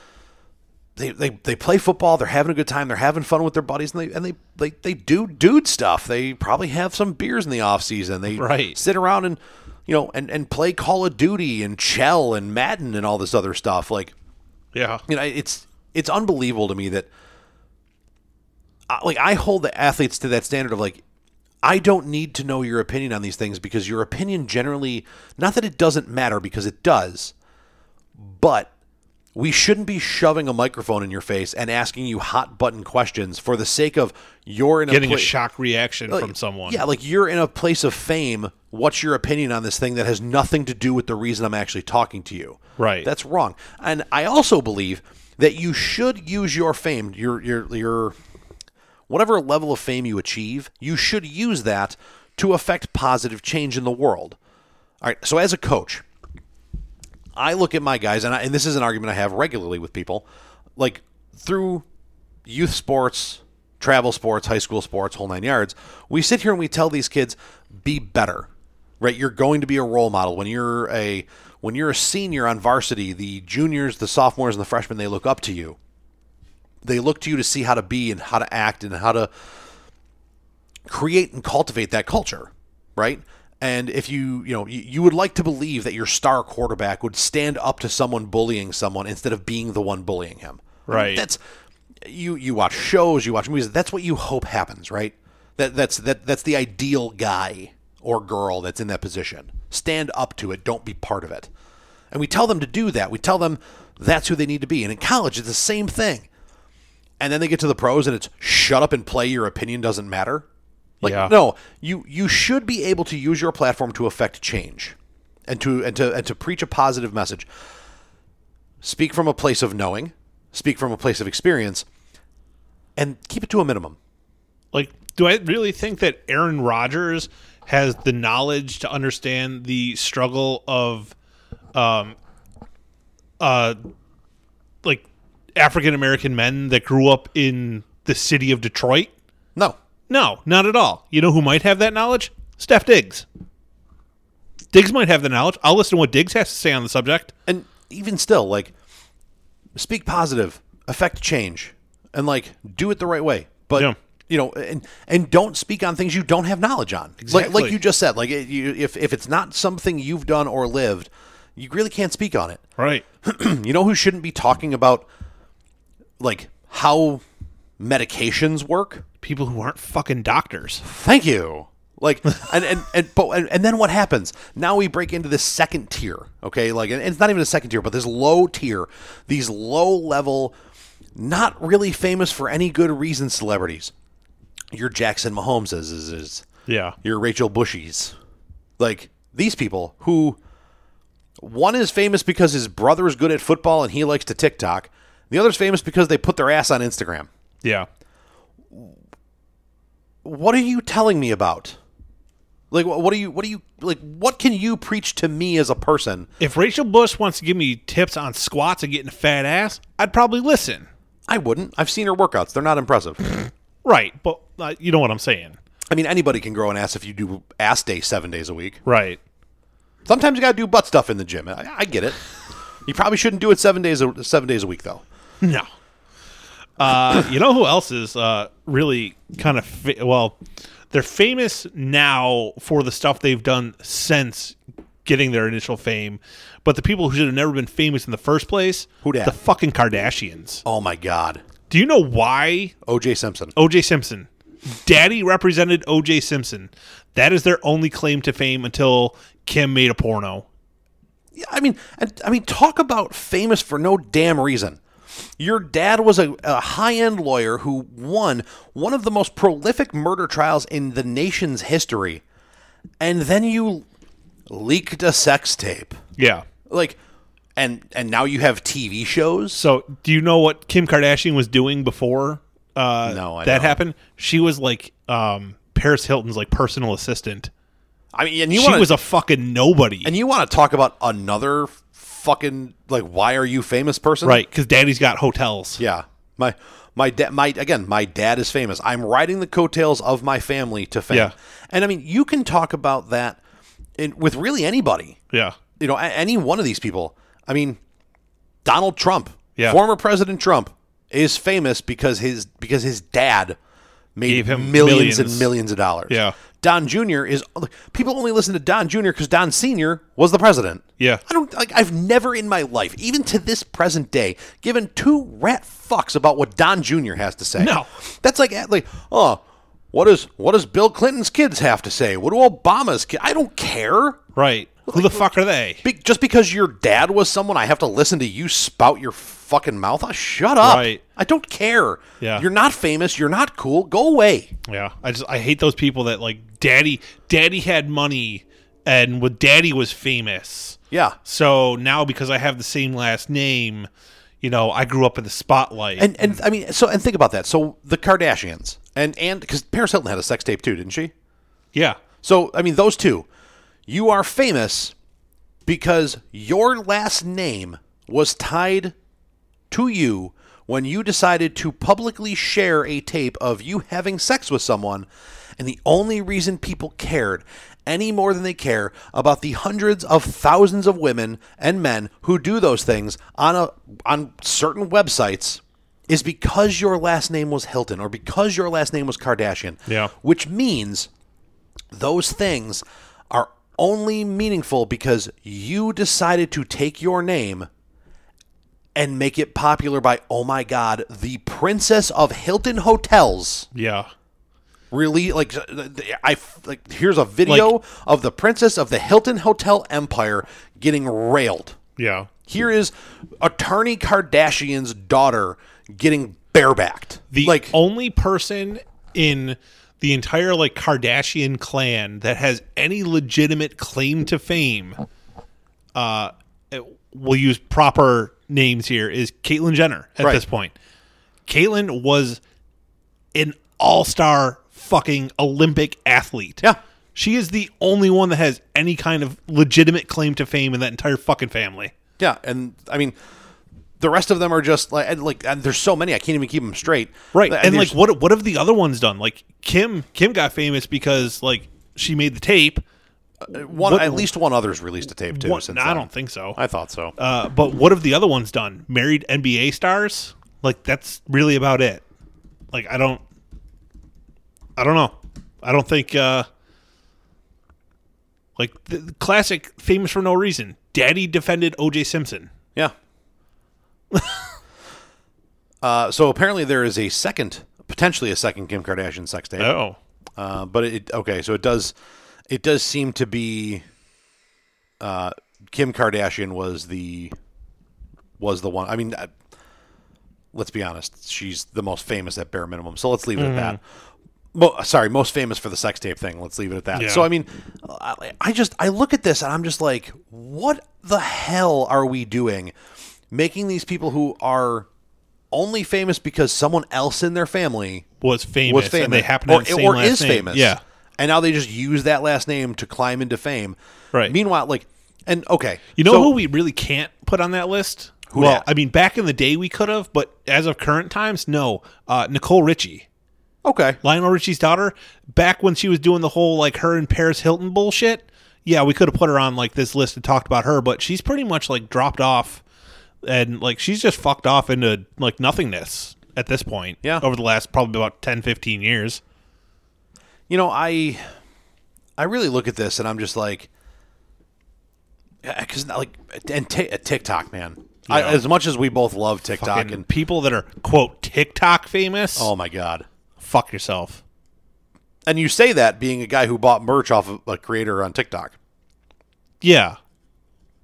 [SPEAKER 2] they they, they play football. They're having a good time. They're having fun with their buddies, and they and they like they do dude stuff. They probably have some beers in the off season. They
[SPEAKER 3] Right.
[SPEAKER 2] sit around and you know and and play Call of Duty and Chell and Madden and all this other stuff. Like
[SPEAKER 3] Yeah.
[SPEAKER 2] you know it's it's unbelievable to me that I- like i hold the athletes to that standard of like i don't need to know your opinion on these things because your opinion generally not that it doesn't matter because it does but we shouldn't be shoving a microphone in your face and asking you hot button questions for the sake of you're in a
[SPEAKER 3] Getting a
[SPEAKER 2] pla-
[SPEAKER 3] shock reaction
[SPEAKER 2] like,
[SPEAKER 3] from someone.
[SPEAKER 2] Yeah, like you're in a place of fame. What's your opinion on this thing that has nothing to do with the reason I'm actually talking to you?
[SPEAKER 3] Right.
[SPEAKER 2] That's wrong. And I also believe that you should use your fame, your your your whatever level of fame you achieve, you should use that to affect positive change in the world. All right. So as a coach, I look at my guys, and, I, and this is an argument I have regularly with people, like through youth sports, travel sports, high school sports, whole nine yards. We sit here and we tell these kids, be better, right? You're going to be a role model when you're a when you're a senior on varsity. The juniors, the sophomores, and the freshmen they look up to you. They look to you to see how to be and how to act and how to create and cultivate that culture, right? And if you, you know, you, you would like to believe that your star quarterback would stand up to someone bullying someone instead of being the one bullying him. I mean,
[SPEAKER 3] Right.
[SPEAKER 2] that's you you watch shows, you watch movies, that's what you hope happens, right? That that's that that's the ideal guy or girl that's in that position. Stand up to it, don't be part of it. And we tell them to do that. We tell them that's who they need to be. And in college it's the same thing. And then they get to the pros and it's shut up and play your opinion doesn't matter. Like
[SPEAKER 3] Yeah.
[SPEAKER 2] no, you you should be able to use your platform to affect change and to and to and to preach a positive message. Speak from a place of knowing, speak from a place of experience and keep it to a minimum.
[SPEAKER 3] Like, do I really think that Aaron Rodgers has the knowledge to understand the struggle of, um, uh, like African American men that grew up in the city of Detroit?
[SPEAKER 2] No.
[SPEAKER 3] No, not at all. You know who might have that knowledge? Steph Diggs. Diggs might have the knowledge. I'll listen to what Diggs has to say on the subject.
[SPEAKER 2] And even still like speak positive, affect change and like do it the right way. But
[SPEAKER 3] Yeah.
[SPEAKER 2] you know, and and don't speak on things you don't have knowledge on. Like like
[SPEAKER 3] Exactly.
[SPEAKER 2] you just said, like it, you, if if it's not something you've done or lived, you really can't speak on it.
[SPEAKER 3] Right.
[SPEAKER 2] you know who shouldn't be talking about like how medications work?
[SPEAKER 3] People who aren't fucking doctors.
[SPEAKER 2] Thank you. Like and and and, but, and and then what happens? Now we break into this second tier, okay? Like and it's not even a second tier, but this low tier, these low level not really famous for any good reason celebrities. Your Jackson Mahomes is is, is
[SPEAKER 3] Yeah.
[SPEAKER 2] your Rachel Bushies. Like these people who one is famous because his brother is good at football and he likes to TikTok. The other's famous because they put their ass on Instagram.
[SPEAKER 3] Yeah.
[SPEAKER 2] What are you telling me about? Like wh- what are you what are you like what can you preach to me as a person?
[SPEAKER 3] If Rachel Bush wants to give me tips on squats and getting a fat ass, I'd probably listen.
[SPEAKER 2] I wouldn't. I've seen her workouts. They're not impressive.
[SPEAKER 3] Right. But uh, you know what I'm saying.
[SPEAKER 2] I mean anybody can grow an ass if you do ass day 7 days a week.
[SPEAKER 3] Right.
[SPEAKER 2] Sometimes you got to do butt stuff in the gym. I, I get it. You probably shouldn't do it 7 days a, 7 days a week though.
[SPEAKER 3] No. Uh, you know who else is uh, really kind of fa- well? They're famous now for the stuff they've done since getting their initial fame, but the people who should have never been famous in the first place,
[SPEAKER 2] Who dat?
[SPEAKER 3] the fucking Kardashians.
[SPEAKER 2] Oh my god.
[SPEAKER 3] Do you know why
[SPEAKER 2] OJ Simpson.
[SPEAKER 3] O.J. Simpson? Daddy represented O.J. Simpson. That is their only claim to fame until Kim made a porno.
[SPEAKER 2] I mean, and- I mean, talk about famous for no damn reason. Your dad was a, a high-end lawyer who won one of the most prolific murder trials in the nation's history, and then you leaked a sex tape,
[SPEAKER 3] Yeah.
[SPEAKER 2] like, and and now you have TV shows.
[SPEAKER 3] So, do you know what Kim Kardashian was doing before uh,
[SPEAKER 2] No, I
[SPEAKER 3] that
[SPEAKER 2] don't.
[SPEAKER 3] happened? She was like um, Paris Hilton's like personal assistant.
[SPEAKER 2] I mean, and you
[SPEAKER 3] she
[SPEAKER 2] want
[SPEAKER 3] was
[SPEAKER 2] to
[SPEAKER 3] a fucking nobody,
[SPEAKER 2] and you want to talk about another fucking like why are you famous person?
[SPEAKER 3] right? Because Daddy's got hotels.
[SPEAKER 2] Yeah. My my dad my again, my dad is famous. I'm riding the coattails of my family to fame.
[SPEAKER 3] Yeah.
[SPEAKER 2] And I mean, you can talk about that in, with really anybody.
[SPEAKER 3] Yeah.
[SPEAKER 2] You know, a- any one of these people. I mean, Donald Trump,
[SPEAKER 3] Yeah.
[SPEAKER 2] former President Trump is famous because his because his dad made
[SPEAKER 3] Gave him
[SPEAKER 2] millions, and
[SPEAKER 3] millions.
[SPEAKER 2] millions of dollars.
[SPEAKER 3] Yeah.
[SPEAKER 2] Don Jr. is people only listen to Don Jr. because Don Sr. was the president.
[SPEAKER 3] Yeah.
[SPEAKER 2] I don't like. I've never in my life, even to this present day, given two rat fucks about what Don Jr. has to say.
[SPEAKER 3] No.
[SPEAKER 2] that's like like oh, what is what does Bill Clinton's kids have to say? What do Obama's kids? I don't care.
[SPEAKER 3] Right. Who the fuck are they?
[SPEAKER 2] Be- just because your dad was someone, I have to listen to you spout your fucking mouth. off? shut up.
[SPEAKER 3] Right.
[SPEAKER 2] I don't care.
[SPEAKER 3] Yeah.
[SPEAKER 2] You're not famous. You're not cool. Go away.
[SPEAKER 3] Yeah, I just I hate those people that like daddy. Daddy had money, and with daddy was famous.
[SPEAKER 2] Yeah.
[SPEAKER 3] So now because I have the same last name, you know, I grew up in the spotlight.
[SPEAKER 2] And and I mean, so and think about that. So the Kardashians and and because Paris Hilton had a sex tape too, didn't she?
[SPEAKER 3] yeah,
[SPEAKER 2] So I mean, those two. You are famous because your last name was tied to you when you decided to publicly share a tape of you having sex with someone, and the only reason people cared any more than they care about the hundreds of thousands of women and men who do those things on a on certain websites is because your last name was Hilton or because your last name was Kardashian.
[SPEAKER 3] Yeah.
[SPEAKER 2] Which means those things are only meaningful because you decided to take your name and make it popular by oh my god the princess of hilton hotels
[SPEAKER 3] yeah,
[SPEAKER 2] really like uh, i like here's a video of the princess of the hilton hotel empire getting railed
[SPEAKER 3] yeah,
[SPEAKER 2] here is attorney kardashian's daughter getting barebacked
[SPEAKER 3] the
[SPEAKER 2] like
[SPEAKER 3] only person in the entire like Kardashian clan that has any legitimate claim to fame, uh, it- we'll use proper names here is Caitlyn Jenner at
[SPEAKER 2] Right.
[SPEAKER 3] this point. Caitlyn was an all-star fucking Olympic athlete.
[SPEAKER 2] Yeah.
[SPEAKER 3] She is the only one that has any kind of legitimate claim to fame in that entire fucking family.
[SPEAKER 2] Yeah, and I mean, the rest of them are just like and like and there's so many I can't even keep them straight.
[SPEAKER 3] right and, like
[SPEAKER 2] there's-
[SPEAKER 3] what what have the other ones done like kim kim got famous because like she made the tape
[SPEAKER 2] one
[SPEAKER 3] what-
[SPEAKER 2] at least one other's released a tape too.
[SPEAKER 3] What-
[SPEAKER 2] since
[SPEAKER 3] no, i
[SPEAKER 2] then.
[SPEAKER 3] don't think so
[SPEAKER 2] I thought so.
[SPEAKER 3] uh, but what have the other ones done married nba stars like that's really about it like i don't i don't know i don't think uh like the the classic famous for no reason daddy defended oj simpson
[SPEAKER 2] yeah. uh, so apparently there is a second, potentially a second Kim Kardashian sex tape.
[SPEAKER 3] oh
[SPEAKER 2] Uh, but it okay, so it does it does seem to be uh, Kim Kardashian was the was the one. I mean, uh, let's be honest, she's the most famous at bare minimum. So let's leave it at that. Mo- sorry, most famous for the sex tape thing. Let's leave it at that.
[SPEAKER 3] Yeah.
[SPEAKER 2] So I mean, I, I just I look at this and I'm just like, what the hell are we doing? Making these people who are only famous because someone else in their family
[SPEAKER 3] was famous,
[SPEAKER 2] was famous,
[SPEAKER 3] and they happened to
[SPEAKER 2] or,
[SPEAKER 3] have the same
[SPEAKER 2] or
[SPEAKER 3] last
[SPEAKER 2] is
[SPEAKER 3] name.
[SPEAKER 2] famous.
[SPEAKER 3] yeah
[SPEAKER 2] and now they just use that last name to climb into fame.
[SPEAKER 3] Right.
[SPEAKER 2] Meanwhile, like, and okay,
[SPEAKER 3] You know
[SPEAKER 2] so-
[SPEAKER 3] who we really can't put on that list?
[SPEAKER 2] Who
[SPEAKER 3] well,
[SPEAKER 2] dat?
[SPEAKER 3] I mean, back in the day we could have, but as of current times, no. Uh, Nicole Richie,
[SPEAKER 2] okay,
[SPEAKER 3] Lionel Richie's daughter, back when she was doing the whole like her and Paris Hilton bullshit. Yeah, we could have put her on like this list and talked about her, but she's pretty much like dropped off, and like she's just fucked off into like nothingness at this point.
[SPEAKER 2] Yeah.
[SPEAKER 3] over the last probably about 10, 15 years.
[SPEAKER 2] you know I, I really look at this and I'm just like, because like, and t- TikTok, man. I, as much as we both love TikTok
[SPEAKER 3] And,
[SPEAKER 2] and
[SPEAKER 3] people that are quote TikTok famous,
[SPEAKER 2] oh my god,
[SPEAKER 3] fuck yourself.
[SPEAKER 2] and you say that being a guy who bought merch off of a creator on TikTok.
[SPEAKER 3] Yeah.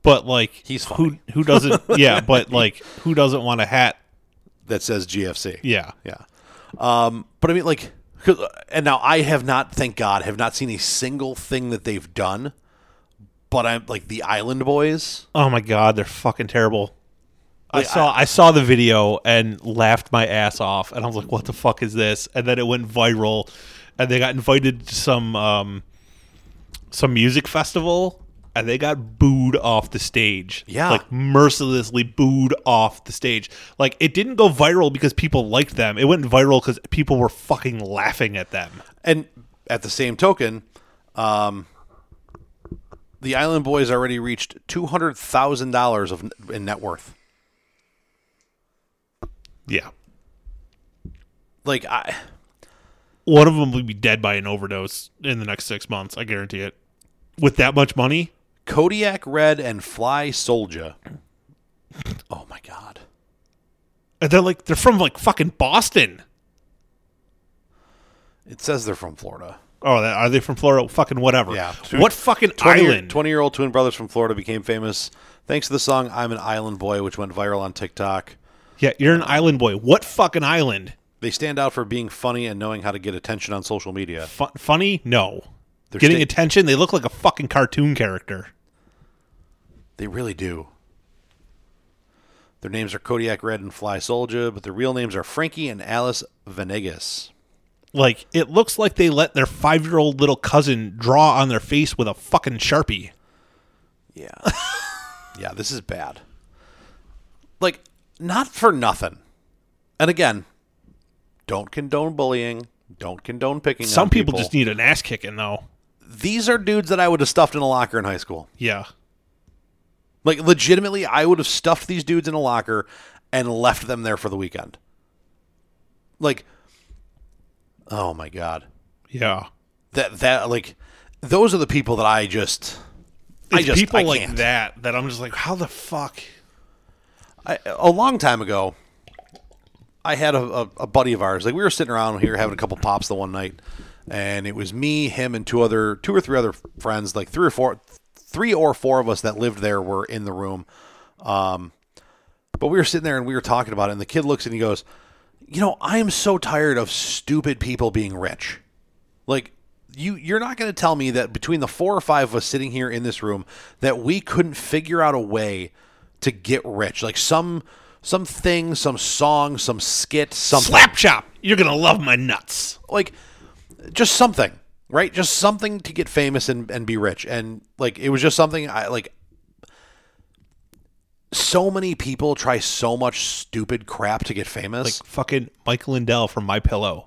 [SPEAKER 3] But like
[SPEAKER 2] He's
[SPEAKER 3] who who doesn't yeah, but like who doesn't want a hat?
[SPEAKER 2] that says GFC.
[SPEAKER 3] Yeah.
[SPEAKER 2] Yeah. Um, but I mean, like, 'cause- uh, and now I have not, thank God, have not seen a single thing that they've done. But I'm like the Island Boys.
[SPEAKER 3] Oh my god, they're fucking terrible. I saw I, saw the video and laughed my ass off and I was like, what the fuck is this? And then it went viral and they got invited to some um some music festival and they got booed off the stage.
[SPEAKER 2] Yeah.
[SPEAKER 3] Like mercilessly booed off the stage. Like it didn't go viral because people liked them. It went viral because people were fucking laughing at them.
[SPEAKER 2] And at the same token, um, the Island Boys already reached two hundred thousand dollars of in net worth.
[SPEAKER 3] Yeah.
[SPEAKER 2] Like I,
[SPEAKER 3] One of them will be dead by an overdose in the next six months. I guarantee it. With that much money,
[SPEAKER 2] Kodiak Red and Fly Soldier. Oh my god!
[SPEAKER 3] And they're like they're from like fucking Boston.
[SPEAKER 2] It says they're from Florida.
[SPEAKER 3] Oh, that, are they from Florida? Fucking whatever.
[SPEAKER 2] Yeah.
[SPEAKER 3] What fucking
[SPEAKER 2] 20 year-
[SPEAKER 3] island?
[SPEAKER 2] 20 year old twin brothers from Florida became famous thanks to the song I'm an Island Boy, which went viral on TikTok.
[SPEAKER 3] yeah, you're an island boy. What fucking island?
[SPEAKER 2] They stand out for being funny and knowing how to get attention on social media.
[SPEAKER 3] Fu- funny? No.
[SPEAKER 2] They're
[SPEAKER 3] Getting
[SPEAKER 2] sta-
[SPEAKER 3] attention? They look like a fucking cartoon character.
[SPEAKER 2] They really do. Their names are Kodiak Red and Fly Soldier, but their real names are Frankie and Alice Venegas.
[SPEAKER 3] Like it looks like they let their five year old little cousin draw on their face with a fucking sharpie.
[SPEAKER 2] Yeah. yeah, this is bad. Like, not for nothing. And again, don't condone bullying. Don't condone picking
[SPEAKER 3] Some
[SPEAKER 2] on
[SPEAKER 3] people, just need an ass kicking though.
[SPEAKER 2] these are dudes that I would have stuffed in a locker in high school.
[SPEAKER 3] Yeah.
[SPEAKER 2] Like legitimately, I would have stuffed these dudes in a locker and left them there for the weekend. Like oh my god.
[SPEAKER 3] Yeah.
[SPEAKER 2] That that like those are the people that I just I
[SPEAKER 3] It's
[SPEAKER 2] just
[SPEAKER 3] people
[SPEAKER 2] I
[SPEAKER 3] like
[SPEAKER 2] can't.
[SPEAKER 3] that that I'm just like, how the fuck?
[SPEAKER 2] I, a long time ago, I had a, a, a buddy of ours. Like we were sitting around here having a couple pops the one night, and it was me, him, and two other, two or three other friends. Like three or four, three or four of us that lived there were in the room. Um, but we were sitting there and we were talking about it. And the kid looks and he goes, "You know, I am so tired of stupid people being rich. Like." You, you're not going to tell me that between the four or five of us sitting here in this room that we couldn't figure out a way to get rich like some some thing some song some skit something
[SPEAKER 3] Slap chop. You're gonna love my nuts.
[SPEAKER 2] like just something right just something to get famous and, and be rich and like it was just something i like so many people try so much stupid crap to get famous
[SPEAKER 3] Like fucking Mike Lindell from My Pillow.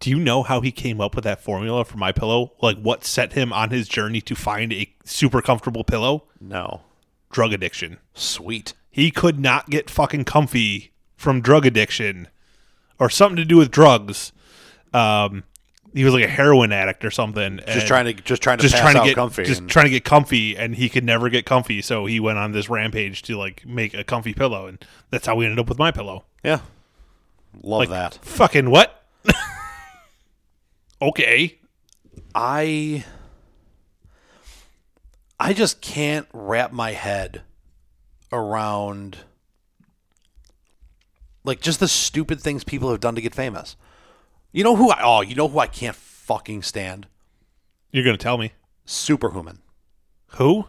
[SPEAKER 3] Do you know how he came up with that formula for My Pillow? Like what set him on his journey to find a super comfortable pillow?
[SPEAKER 2] no
[SPEAKER 3] Drug addiction.
[SPEAKER 2] sweet
[SPEAKER 3] He could not get fucking comfy from drug addiction or something to do with drugs. Um he was like a heroin addict or something.
[SPEAKER 2] just trying to just trying to
[SPEAKER 3] just
[SPEAKER 2] pass
[SPEAKER 3] trying to
[SPEAKER 2] out
[SPEAKER 3] get
[SPEAKER 2] comfy
[SPEAKER 3] just
[SPEAKER 2] and-
[SPEAKER 3] trying to get comfy and he could never get comfy, so he went on this rampage to like make a comfy pillow and that's how we ended up with my pillow.
[SPEAKER 2] yeah love
[SPEAKER 3] Like
[SPEAKER 2] that
[SPEAKER 3] Fucking what? okay.
[SPEAKER 2] I I just can't wrap my head around like just the stupid things people have done to get famous. You know who I oh, you know who I can't fucking stand?
[SPEAKER 3] You're gonna tell me.
[SPEAKER 2] Superhuman.
[SPEAKER 3] Who?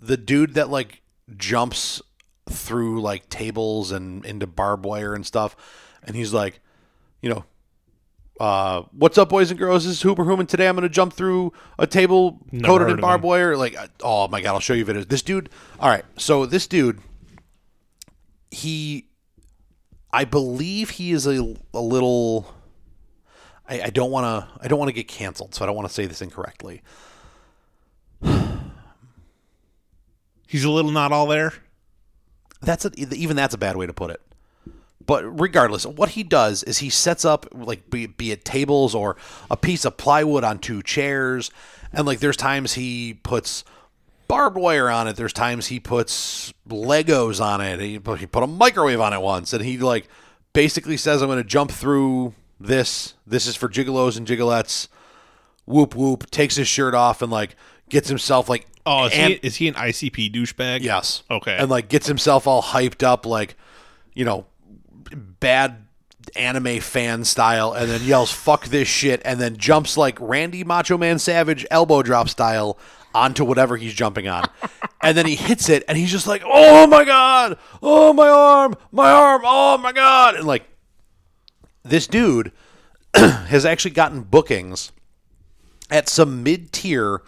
[SPEAKER 2] The dude that like jumps through like tables and into barbed wire and stuff and he's like, you know, uh, what's up, boys and girls? This is Hooper Hooman. Today I'm going to jump through a table
[SPEAKER 3] Never
[SPEAKER 2] coated
[SPEAKER 3] heard
[SPEAKER 2] in
[SPEAKER 3] of
[SPEAKER 2] barbed
[SPEAKER 3] him.
[SPEAKER 2] wire. Like, uh, oh my God, I'll show you videos. This dude, all right. So this dude, he, I believe he is a, a little, I, I don't want to, I don't want to get canceled. So I don't want to say this incorrectly.
[SPEAKER 3] He's a little not all there.
[SPEAKER 2] that's a, even that's a bad way to put it. But regardless, what he does is he sets up like be, be it tables or a piece of plywood on two chairs, and like there's times he puts barbed wire on it. There's times he puts Legos on it. He put, he put a microwave on it once, and he like basically says, "I'm going to jump through this. This is for gigolos and gigolettes." Whoop whoop! Takes his shirt off and like gets himself like
[SPEAKER 3] Oh, is,
[SPEAKER 2] am-
[SPEAKER 3] he, is he an ICP douchebag?
[SPEAKER 2] Yes.
[SPEAKER 3] Okay.
[SPEAKER 2] And like gets himself all hyped up, like, you know, bad anime fan style, and then yells, fuck this shit, and then jumps like Randy Macho Man Savage elbow drop style onto whatever he's jumping on. and then he hits it, and he's just like, oh my God, oh my arm, my arm, oh my God. And like, this dude has actually gotten bookings at some mid tier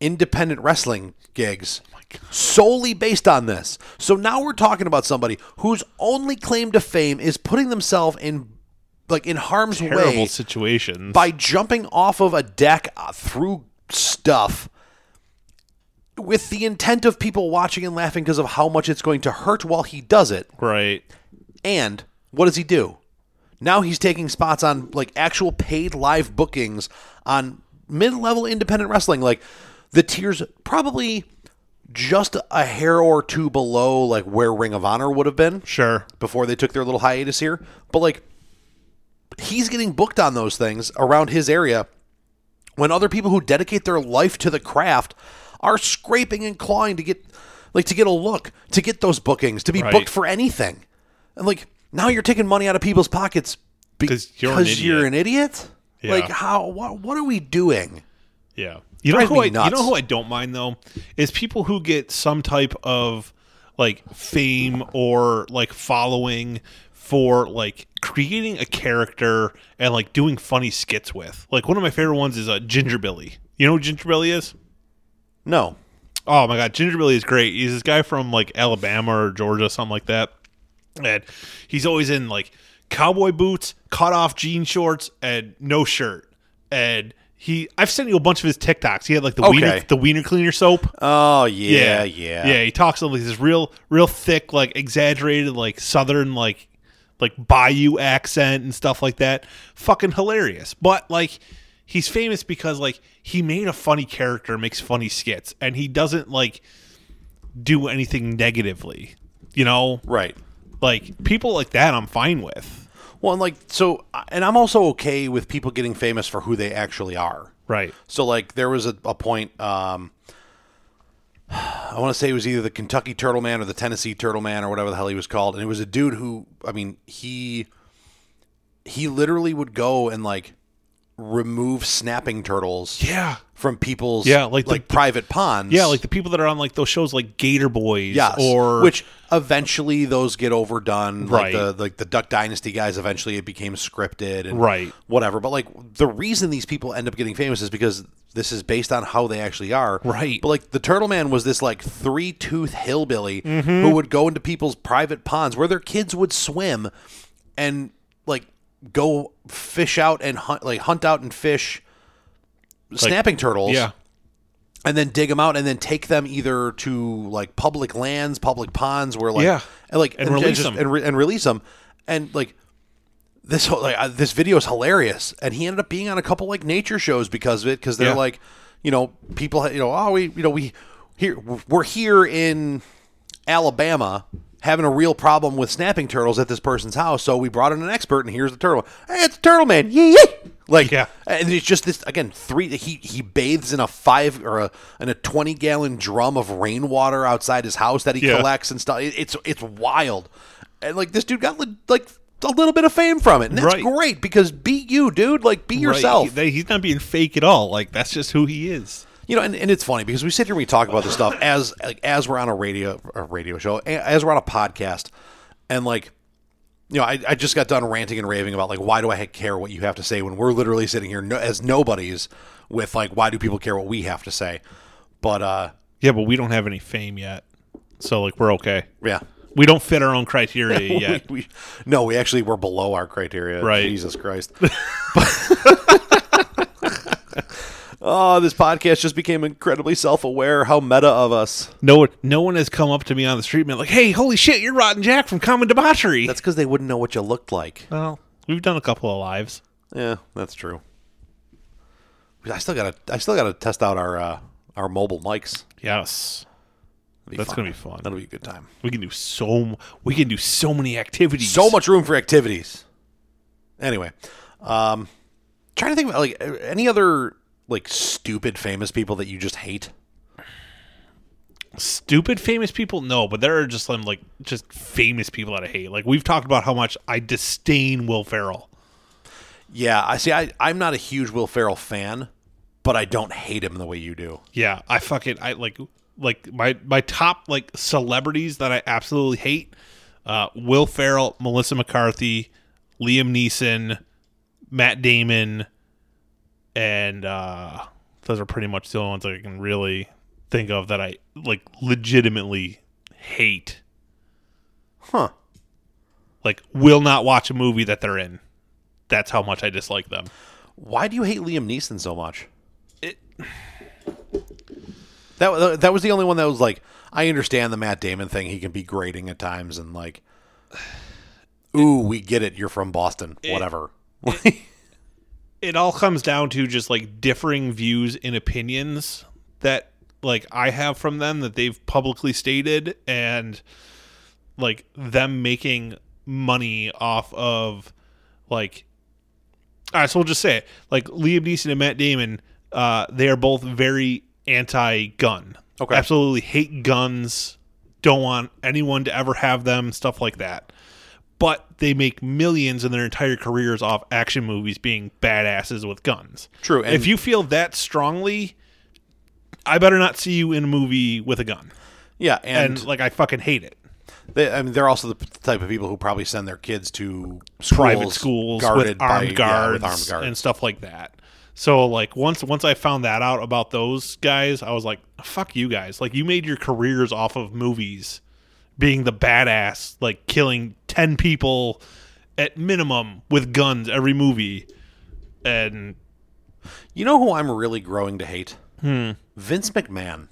[SPEAKER 2] independent wrestling gigs
[SPEAKER 3] Oh
[SPEAKER 2] solely based on this. So now we're talking about somebody whose only claim to fame is putting themselves in like in harm's
[SPEAKER 3] Terrible
[SPEAKER 2] way
[SPEAKER 3] situations.
[SPEAKER 2] by jumping off of a deck uh, through stuff with the intent of people watching and laughing because of how much it's going to hurt while he does it.
[SPEAKER 3] right.
[SPEAKER 2] And what does he do? Now he's taking spots on like actual paid live bookings on mid-level independent wrestling, like the tiers probably just a hair or two below like where Ring of Honor would have been
[SPEAKER 3] Sure.
[SPEAKER 2] before they took their little hiatus here. But like he's getting booked on those things around his area when other people who dedicate their life to the craft are scraping and clawing to get like to get a look, to get those bookings, to be
[SPEAKER 3] Right.
[SPEAKER 2] booked for anything. And like now you're taking money out of people's pockets
[SPEAKER 3] 'Cause you're an
[SPEAKER 2] because you're
[SPEAKER 3] idiot.
[SPEAKER 2] an idiot?
[SPEAKER 3] Yeah.
[SPEAKER 2] Like how what what are we doing?
[SPEAKER 3] Yeah. You know
[SPEAKER 2] Drives
[SPEAKER 3] who
[SPEAKER 2] me
[SPEAKER 3] I you
[SPEAKER 2] nuts.
[SPEAKER 3] know who I don't mind though is people who get some type of like fame or like following for like creating a character and like doing funny skits with. Like one of my favorite ones is uh, Ginger Billy. You know who Ginger Billy is?
[SPEAKER 2] No.
[SPEAKER 3] Oh my god, Ginger Billy is great. He's this guy from like Alabama or Georgia, something like that. And he's always in like cowboy boots, cut off jean shorts, and no shirt. And he I've sent you a bunch of his TikToks. He had like the wiener
[SPEAKER 2] Okay.
[SPEAKER 3] the wiener cleaner soap.
[SPEAKER 2] Oh yeah, yeah.
[SPEAKER 3] Yeah, he talks like this real real thick, like exaggerated, like southern like like bayou accent and stuff like that. Fucking hilarious. But like he's famous because like he made a funny character, makes funny skits, and he doesn't like do anything negatively. You know?
[SPEAKER 2] Right.
[SPEAKER 3] Like people like that I'm fine with.
[SPEAKER 2] Well, and like so and I'm also okay with people getting famous for who they actually are.
[SPEAKER 3] Right.
[SPEAKER 2] So like there was a, a point um I want to say it was either the Kentucky Turtle Man or the Tennessee Turtle Man or whatever the hell he was called and it was a dude who I mean he he literally would go and like remove snapping turtles
[SPEAKER 3] Yeah.
[SPEAKER 2] from people's
[SPEAKER 3] Yeah, like the-
[SPEAKER 2] like private ponds.
[SPEAKER 3] Yeah, like the people that are on like those shows like Gator Boys
[SPEAKER 2] Yes.
[SPEAKER 3] or
[SPEAKER 2] which eventually those get overdone.
[SPEAKER 3] Right.
[SPEAKER 2] Like the like the Duck Dynasty guys eventually it became scripted and
[SPEAKER 3] Right.
[SPEAKER 2] whatever. But like the reason these people end up getting famous is because this is based on how they actually are.
[SPEAKER 3] Right.
[SPEAKER 2] But like the Turtle Man was this like three tooth hillbilly
[SPEAKER 3] Mm-hmm.
[SPEAKER 2] who would go into people's private ponds where their kids would swim and like go fish out and hunt like hunt out and fish snapping turtles
[SPEAKER 3] Yeah.
[SPEAKER 2] and then dig them out and then take them either to like public lands, public ponds where like
[SPEAKER 3] Yeah.
[SPEAKER 2] and like
[SPEAKER 3] And release 'em.
[SPEAKER 2] and, re- and release them and like this whole like uh, this video is hilarious and he ended up being on a couple like nature shows because of it because they're
[SPEAKER 3] Yeah.
[SPEAKER 2] like you know people ha- you know oh we you know we here we're here in Alabama having a real problem with snapping turtles at this person's house so we brought in an expert and here's the turtle hey, it's the turtle man yee yee like
[SPEAKER 3] Yeah.
[SPEAKER 2] and it's just this again. Three. He he bathes in a five or a in a twenty gallon drum of rainwater outside his house that he
[SPEAKER 3] Yeah.
[SPEAKER 2] collects and stuff. It- it's it's wild, and like this dude got li- like a little bit of fame from it, and that's
[SPEAKER 3] Right.
[SPEAKER 2] great because be you, dude. Like be
[SPEAKER 3] Right.
[SPEAKER 2] yourself.
[SPEAKER 3] He- they- he's not being fake at all. Like that's just who he is.
[SPEAKER 2] you know, and, and it's funny because we sit here and we talk about this stuff as like as we're on a radio a radio show, a- as we're on a podcast, and like. You know, I, I just got done ranting and raving about like why do I care what you have to say when we're literally sitting here no, as nobodies with like why do people care what we have to say? But uh
[SPEAKER 3] Yeah, but we don't have any fame yet, so like we're okay.
[SPEAKER 2] yeah,
[SPEAKER 3] We don't fit our own criteria yet.
[SPEAKER 2] we, we no, we actually were below our criteria.
[SPEAKER 3] Right.
[SPEAKER 2] Jesus Christ. oh, this podcast just became incredibly self-aware. How meta of us.
[SPEAKER 3] No one, no one has come up to me on the street and been like, "Hey, holy shit, you're Rotten Jack from Common Debauchery."
[SPEAKER 2] That's because they wouldn't know what you looked like.
[SPEAKER 3] well, we've done a couple of lives.
[SPEAKER 2] Yeah, that's true. I still gotta, I still gotta test out our uh, our mobile mics.
[SPEAKER 3] Yes,
[SPEAKER 2] That'll be
[SPEAKER 3] that's
[SPEAKER 2] fun.
[SPEAKER 3] gonna be fun.
[SPEAKER 2] That'll be a good time.
[SPEAKER 3] we can do so, m- we can do so many activities.
[SPEAKER 2] So much room for activities. Anyway, um, trying to think about like any other like stupid famous people that you just hate.
[SPEAKER 3] stupid famous people. No, but there are just some like just famous people that I hate. Like we've talked about how much I disdain Will Ferrell.
[SPEAKER 2] Yeah, I see. I, I'm not a huge Will Ferrell fan, but I don't hate him the way you do.
[SPEAKER 3] Yeah, I fucking I like like my my top like celebrities that I absolutely hate: uh, Will Ferrell, Melissa McCarthy, Liam Neeson, Matt Damon, and uh, Those are pretty much the only ones that I can really think of that I like legitimately hate.
[SPEAKER 2] Huh.
[SPEAKER 3] Like, will not watch a movie that they're in. That's how much I dislike them.
[SPEAKER 2] Why do you hate Liam Neeson so much? It that wa- that was the only one that was like I understand the Matt Damon thing. He can be grating at times and like, ooh, we get it. You're from Boston, whatever.
[SPEAKER 3] it all comes down to just like differing views and opinions that like I have from them that they've publicly stated and like them making money off of like all right, so we'll just say it. Like Liam Neeson and Matt Damon, uh, they are both very anti-gun.
[SPEAKER 2] Okay.
[SPEAKER 3] absolutely hate guns. Don't want anyone to ever have them. Stuff like that. But they make millions in their entire careers off action movies being badasses with guns.
[SPEAKER 2] True, and-
[SPEAKER 3] if you feel that strongly, I better not see you in a movie with a gun.
[SPEAKER 2] yeah,
[SPEAKER 3] And,
[SPEAKER 2] and,
[SPEAKER 3] like, I fucking hate it.
[SPEAKER 2] they, I mean, they're also the p- type of people who probably send their kids to schools
[SPEAKER 3] private schools with
[SPEAKER 2] by-
[SPEAKER 3] armed,
[SPEAKER 2] yeah,
[SPEAKER 3] guards
[SPEAKER 2] with armed guards.
[SPEAKER 3] and stuff like that. So like once once I found that out about those guys, I was like, "Fuck you guys! Like you made your careers off of movies, being the badass, like killing ten people at minimum with guns every movie." And
[SPEAKER 2] You know who I'm really growing to hate? Hmm. Vince McMahon.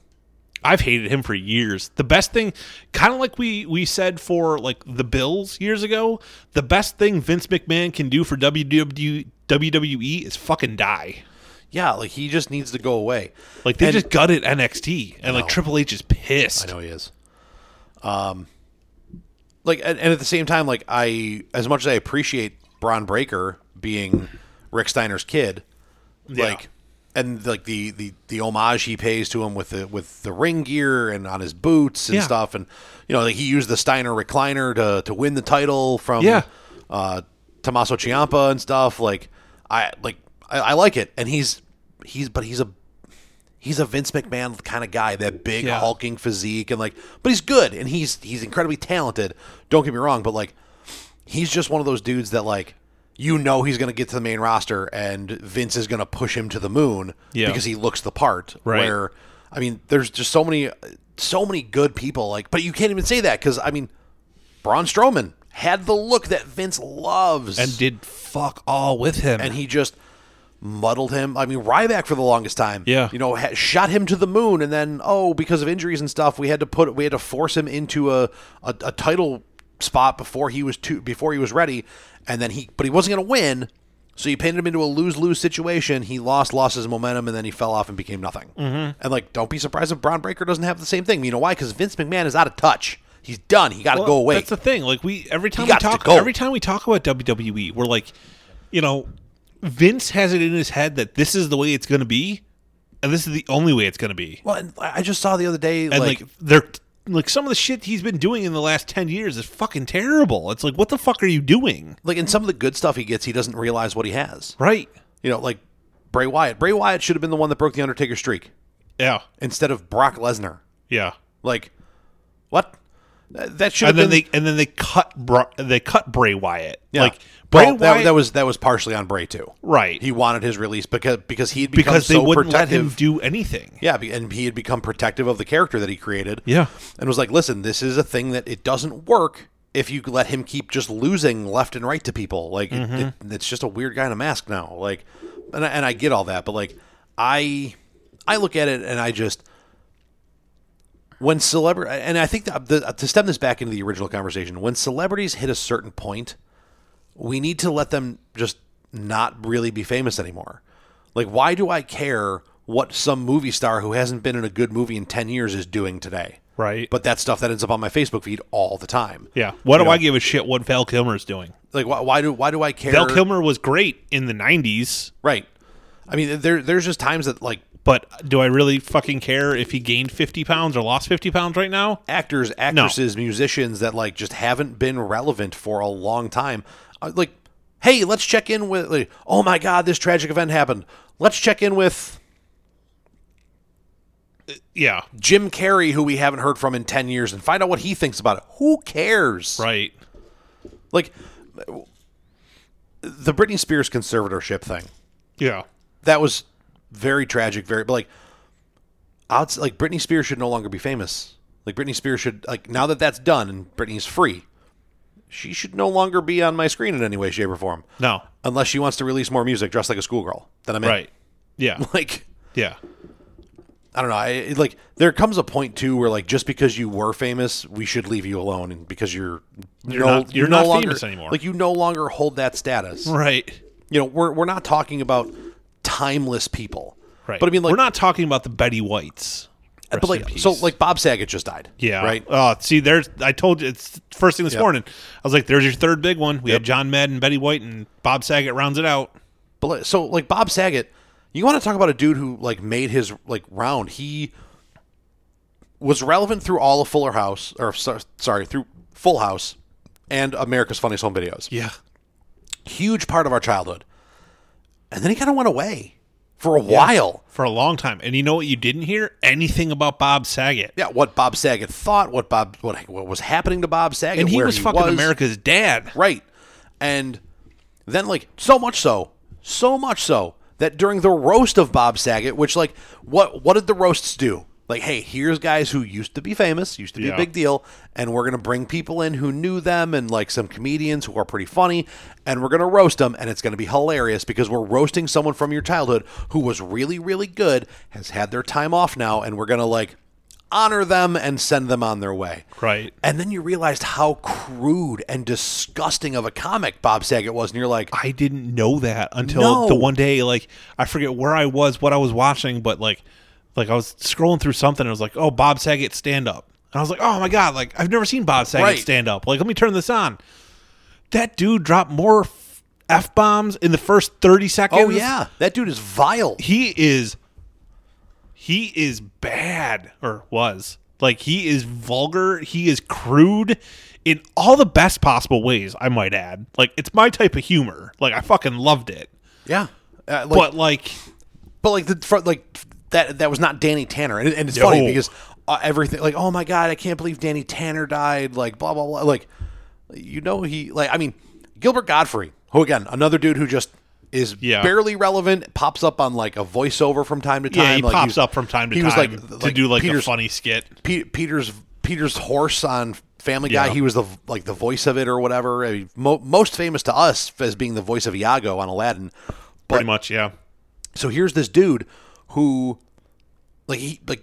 [SPEAKER 3] I've hated him for years. The best thing, kind of like we we said for like the Bills years ago, the best thing Vince McMahon can do for WW WWE is fucking die.
[SPEAKER 2] Yeah, like he just needs to go away.
[SPEAKER 3] Like they
[SPEAKER 2] And-
[SPEAKER 3] just gutted NXT, and like
[SPEAKER 2] know.
[SPEAKER 3] Triple H is pissed.
[SPEAKER 2] I know he is. Um, like, and, and at the same time, like I, as much as I appreciate Braun Breaker being Rick Steiner's kid, like, and like the the the homage he pays to him with the with the ring gear and on his boots and
[SPEAKER 3] Yeah.
[SPEAKER 2] stuff, and you know, like he used the Steiner recliner to to win the title from
[SPEAKER 3] Yeah.
[SPEAKER 2] uh, Tommaso Ciampa and stuff. Like, I like I, I like it, and he's he's but he's a he's a Vince McMahon kind of guy, that big
[SPEAKER 3] Yeah.
[SPEAKER 2] hulking physique, and like, but he's good and he's he's incredibly talented. Don't get me wrong, but like, he's just one of those dudes that like, you know, he's gonna get to the main roster and Vince is gonna push him to the moon
[SPEAKER 3] Yeah.
[SPEAKER 2] because he looks the part.
[SPEAKER 3] Right.
[SPEAKER 2] Where I mean, there's just so many so many good people. Like, but you can't even say that because I mean, Braun Strowman had the look that Vince loves
[SPEAKER 3] and did fuck all with him.
[SPEAKER 2] and he just muddled him. I mean, Ryback for the longest time,
[SPEAKER 3] Yeah.
[SPEAKER 2] you know, ha- shot him to the moon, and then oh, because of injuries and stuff, we had to put we had to force him into a a, a title spot before he was too before he was ready, and then he but he wasn't going to win, so you painted him into a lose lose situation. He lost lost his momentum, and then he fell off and became nothing. Mm-hmm. And like, don't be surprised if Braun Breaker doesn't have the same thing. You know why? Because Vince McMahon is out of touch. He's done. He got to
[SPEAKER 3] Well,
[SPEAKER 2] go away.
[SPEAKER 3] That's the thing. Like we every time we
[SPEAKER 2] got to
[SPEAKER 3] talk
[SPEAKER 2] go.
[SPEAKER 3] every time we talk about WWE, we're like, you know, Vince has it in his head that this is the way it's going to be, and this is the only way it's going to be.
[SPEAKER 2] well, and I I just saw the other day,
[SPEAKER 3] And like, they're like some of the shit he's been doing in the last ten years is fucking terrible. It's like, what the fuck are you doing?
[SPEAKER 2] like in some of the good stuff he gets, he doesn't realize what he has.
[SPEAKER 3] Right?
[SPEAKER 2] You know, like Bray Wyatt. Bray Wyatt should have been the one that broke the Undertaker streak
[SPEAKER 3] Yeah.
[SPEAKER 2] instead of Brock Lesnar.
[SPEAKER 3] Yeah.
[SPEAKER 2] Like, what? That that should have
[SPEAKER 3] And then
[SPEAKER 2] been.
[SPEAKER 3] they and then they cut Bra- they cut Bray Wyatt.
[SPEAKER 2] Yeah.
[SPEAKER 3] Like Bray
[SPEAKER 2] Well,
[SPEAKER 3] Wyatt
[SPEAKER 2] that, that was that was partially on Bray too.
[SPEAKER 3] right.
[SPEAKER 2] He wanted his release because because he'd become
[SPEAKER 3] because they
[SPEAKER 2] so
[SPEAKER 3] wouldn't
[SPEAKER 2] protective.
[SPEAKER 3] let him do anything.
[SPEAKER 2] yeah, be- and he had become protective of the character that he created.
[SPEAKER 3] Yeah.
[SPEAKER 2] and was like, listen, this is a thing that it doesn't work if you let him keep just losing left and right to people. Like, it- it- it's just a weird guy in a mask now. Like, and I, and I get all that, but like, I I look at it and I just when celebrity and I think that the, to stem this back into the original conversation, when celebrities hit a certain point, we need to let them just not really be famous anymore. Like, why do I care what some movie star who hasn't been in a good movie in ten years is doing today?
[SPEAKER 3] Right.
[SPEAKER 2] But that stuff that ends up on my Facebook feed all the time.
[SPEAKER 3] Yeah. What do
[SPEAKER 2] know.
[SPEAKER 3] I give a shit what Val Kilmer's doing?
[SPEAKER 2] Like, why, why do why do I care?
[SPEAKER 3] Val Kilmer was great in the '90s,
[SPEAKER 2] Right. I mean, there there's just times that like
[SPEAKER 3] but do I really fucking care if he gained 50 pounds or lost 50 pounds right now?
[SPEAKER 2] actors, actresses, musicians that like just haven't been relevant for a long time. Uh, like, hey, let's check in with. Like, oh my God, this tragic event happened. Let's check in with
[SPEAKER 3] Yeah.
[SPEAKER 2] Jim Carrey, who we haven't heard from in ten years, and find out what he thinks about it. Who cares?
[SPEAKER 3] Right.
[SPEAKER 2] Like the Britney Spears conservatorship thing.
[SPEAKER 3] Yeah.
[SPEAKER 2] That was very tragic, very but like outs like Britney Spears should no longer be famous. Like Britney Spears should like now that that's done and Britney's free, she should no longer be on my screen in any way, shape, or form.
[SPEAKER 3] No.
[SPEAKER 2] Unless she wants to release more music dressed like a schoolgirl, then I'm in.
[SPEAKER 3] Right. Yeah.
[SPEAKER 2] Like
[SPEAKER 3] Yeah.
[SPEAKER 2] I don't know. I it- like there comes a point too where like just because you were famous, we should leave you alone, and because you're
[SPEAKER 3] You're not- you're not famous anymore.
[SPEAKER 2] Like you no longer hold that status.
[SPEAKER 3] Right.
[SPEAKER 2] You know, we're we're not talking about timeless people,
[SPEAKER 3] Right.
[SPEAKER 2] But I mean, like, Uh,
[SPEAKER 3] we're not talking about the Betty Whites.
[SPEAKER 2] but
[SPEAKER 3] Rest
[SPEAKER 2] like,
[SPEAKER 3] in
[SPEAKER 2] so
[SPEAKER 3] peace.
[SPEAKER 2] like Bob Saget just died.
[SPEAKER 3] Yeah.
[SPEAKER 2] right. Uh,
[SPEAKER 3] Oh, see, there's. I told you it's first thing this
[SPEAKER 2] Yep.
[SPEAKER 3] morning. I was like, "There's your third big one." We
[SPEAKER 2] Yep.
[SPEAKER 3] had John Madden, Betty White, and Bob Saget rounds it out.
[SPEAKER 2] But like, so like Bob Saget, you want to talk about a dude who like made his like round. He was relevant through all of Fuller House, or so- sorry, through Full House and America's Funniest Home Videos.
[SPEAKER 3] Yeah.
[SPEAKER 2] huge part of our childhood. And then he kind of went away for a while.
[SPEAKER 3] For a long time, and you know what? You didn't hear anything about Bob Saget,
[SPEAKER 2] Yeah, what Bob Saget thought, what Bob, what, what was happening to Bob Saget,
[SPEAKER 3] and he
[SPEAKER 2] where
[SPEAKER 3] was fucking America's dad.
[SPEAKER 2] right? And then like so much so, so much so that during the roast of Bob Saget, which like what what did the roasts do? Like, hey, here's guys who used to be famous, used to be
[SPEAKER 3] Yeah.
[SPEAKER 2] a big deal, and we're gonna bring people in who knew them and like some comedians who are pretty funny, and we're gonna roast them, and it's gonna be hilarious because we're roasting someone from your childhood who was really, really good, has had their time off now, and we're gonna like honor them and send them on their way.
[SPEAKER 3] Right.
[SPEAKER 2] And then you realized how crude and disgusting of a comic Bob Saget was, and you're like,
[SPEAKER 3] I didn't know that until
[SPEAKER 2] No.
[SPEAKER 3] the one day, like I forget where I was, what I was watching, but like, like I was scrolling through something, and I was like, "Oh, Bob Saget stand up," and I was like, "Oh my god, like I've never seen Bob Saget
[SPEAKER 2] Right.
[SPEAKER 3] stand up." Like, let me turn this on. That dude dropped more f bombs in the first thirty seconds.
[SPEAKER 2] oh yeah, that dude is vile.
[SPEAKER 3] he is, he is bad or was like he is vulgar. He is crude. In all the best possible ways, I might add. Like it's my type of humor. Like I fucking loved it
[SPEAKER 2] Yeah, uh, like,
[SPEAKER 3] but like
[SPEAKER 2] but like the fr- like that that was not Danny Tanner, and, and it's
[SPEAKER 3] No.
[SPEAKER 2] funny because uh, everything like, oh my god, I can't believe Danny Tanner died. Like blah blah blah. Like you know he like I mean Gilbert Godfrey, who again another dude who just is
[SPEAKER 3] Yeah.
[SPEAKER 2] barely relevant, pops up on like a voiceover from time to time.
[SPEAKER 3] yeah, he
[SPEAKER 2] like,
[SPEAKER 3] pops
[SPEAKER 2] was-
[SPEAKER 3] up from time to
[SPEAKER 2] he
[SPEAKER 3] time
[SPEAKER 2] was, like,
[SPEAKER 3] to
[SPEAKER 2] like,
[SPEAKER 3] do like a
[SPEAKER 2] Peter's
[SPEAKER 3] funny skit.
[SPEAKER 2] Pe- Peter's Peter's horse on Family Guy.
[SPEAKER 3] Yeah.
[SPEAKER 2] He was the like the voice of it or whatever. I mean, mo- most famous to us as being the voice of Iago on Aladdin. But
[SPEAKER 3] Pretty much, yeah.
[SPEAKER 2] so here's this dude who, like he like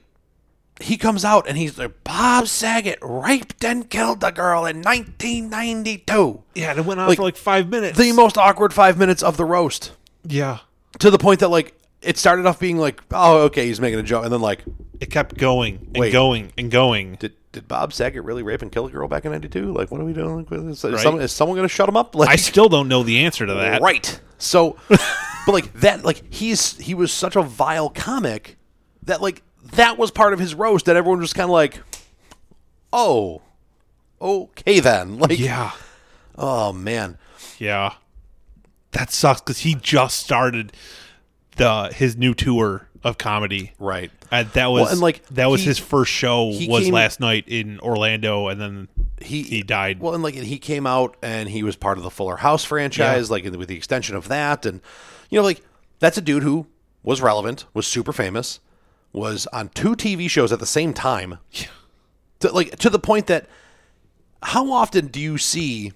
[SPEAKER 2] he comes out and he's like Bob Saget raped and killed a girl in 1992.
[SPEAKER 3] Yeah, and it went on
[SPEAKER 2] Like,
[SPEAKER 3] for like five minutes.
[SPEAKER 2] The most awkward five minutes of the roast
[SPEAKER 3] yeah,
[SPEAKER 2] to the point that like it started off being like oh okay he's making a joke and then like
[SPEAKER 3] it kept going and
[SPEAKER 2] Wait.
[SPEAKER 3] going and going.
[SPEAKER 2] did did Bob Saget really rape and kill a girl back in '92? Like, what are we doing? Like, is,
[SPEAKER 3] Right.
[SPEAKER 2] is someone, is someone going to shut him up? Like,
[SPEAKER 3] I still don't know the answer to that.
[SPEAKER 2] right. So, but like that, like he's he was such a vile comic that like that was part of his roast that everyone was just kind of like, oh, okay then. Like,
[SPEAKER 3] Yeah,
[SPEAKER 2] oh man,
[SPEAKER 3] yeah. That sucks because he just started the his new tour of comedy.
[SPEAKER 2] right.
[SPEAKER 3] And that was
[SPEAKER 2] and, like,
[SPEAKER 3] that was
[SPEAKER 2] he-
[SPEAKER 3] his first show
[SPEAKER 2] he
[SPEAKER 3] was
[SPEAKER 2] came-
[SPEAKER 3] last night in Orlando, and then
[SPEAKER 2] He
[SPEAKER 3] he died.
[SPEAKER 2] Well, and like he came out and he was part of the Fuller House franchise, like with the extension of that, and you know, like that's a dude who was relevant, was super famous, was on two TV shows at the same time. To, like to the point that how often do you see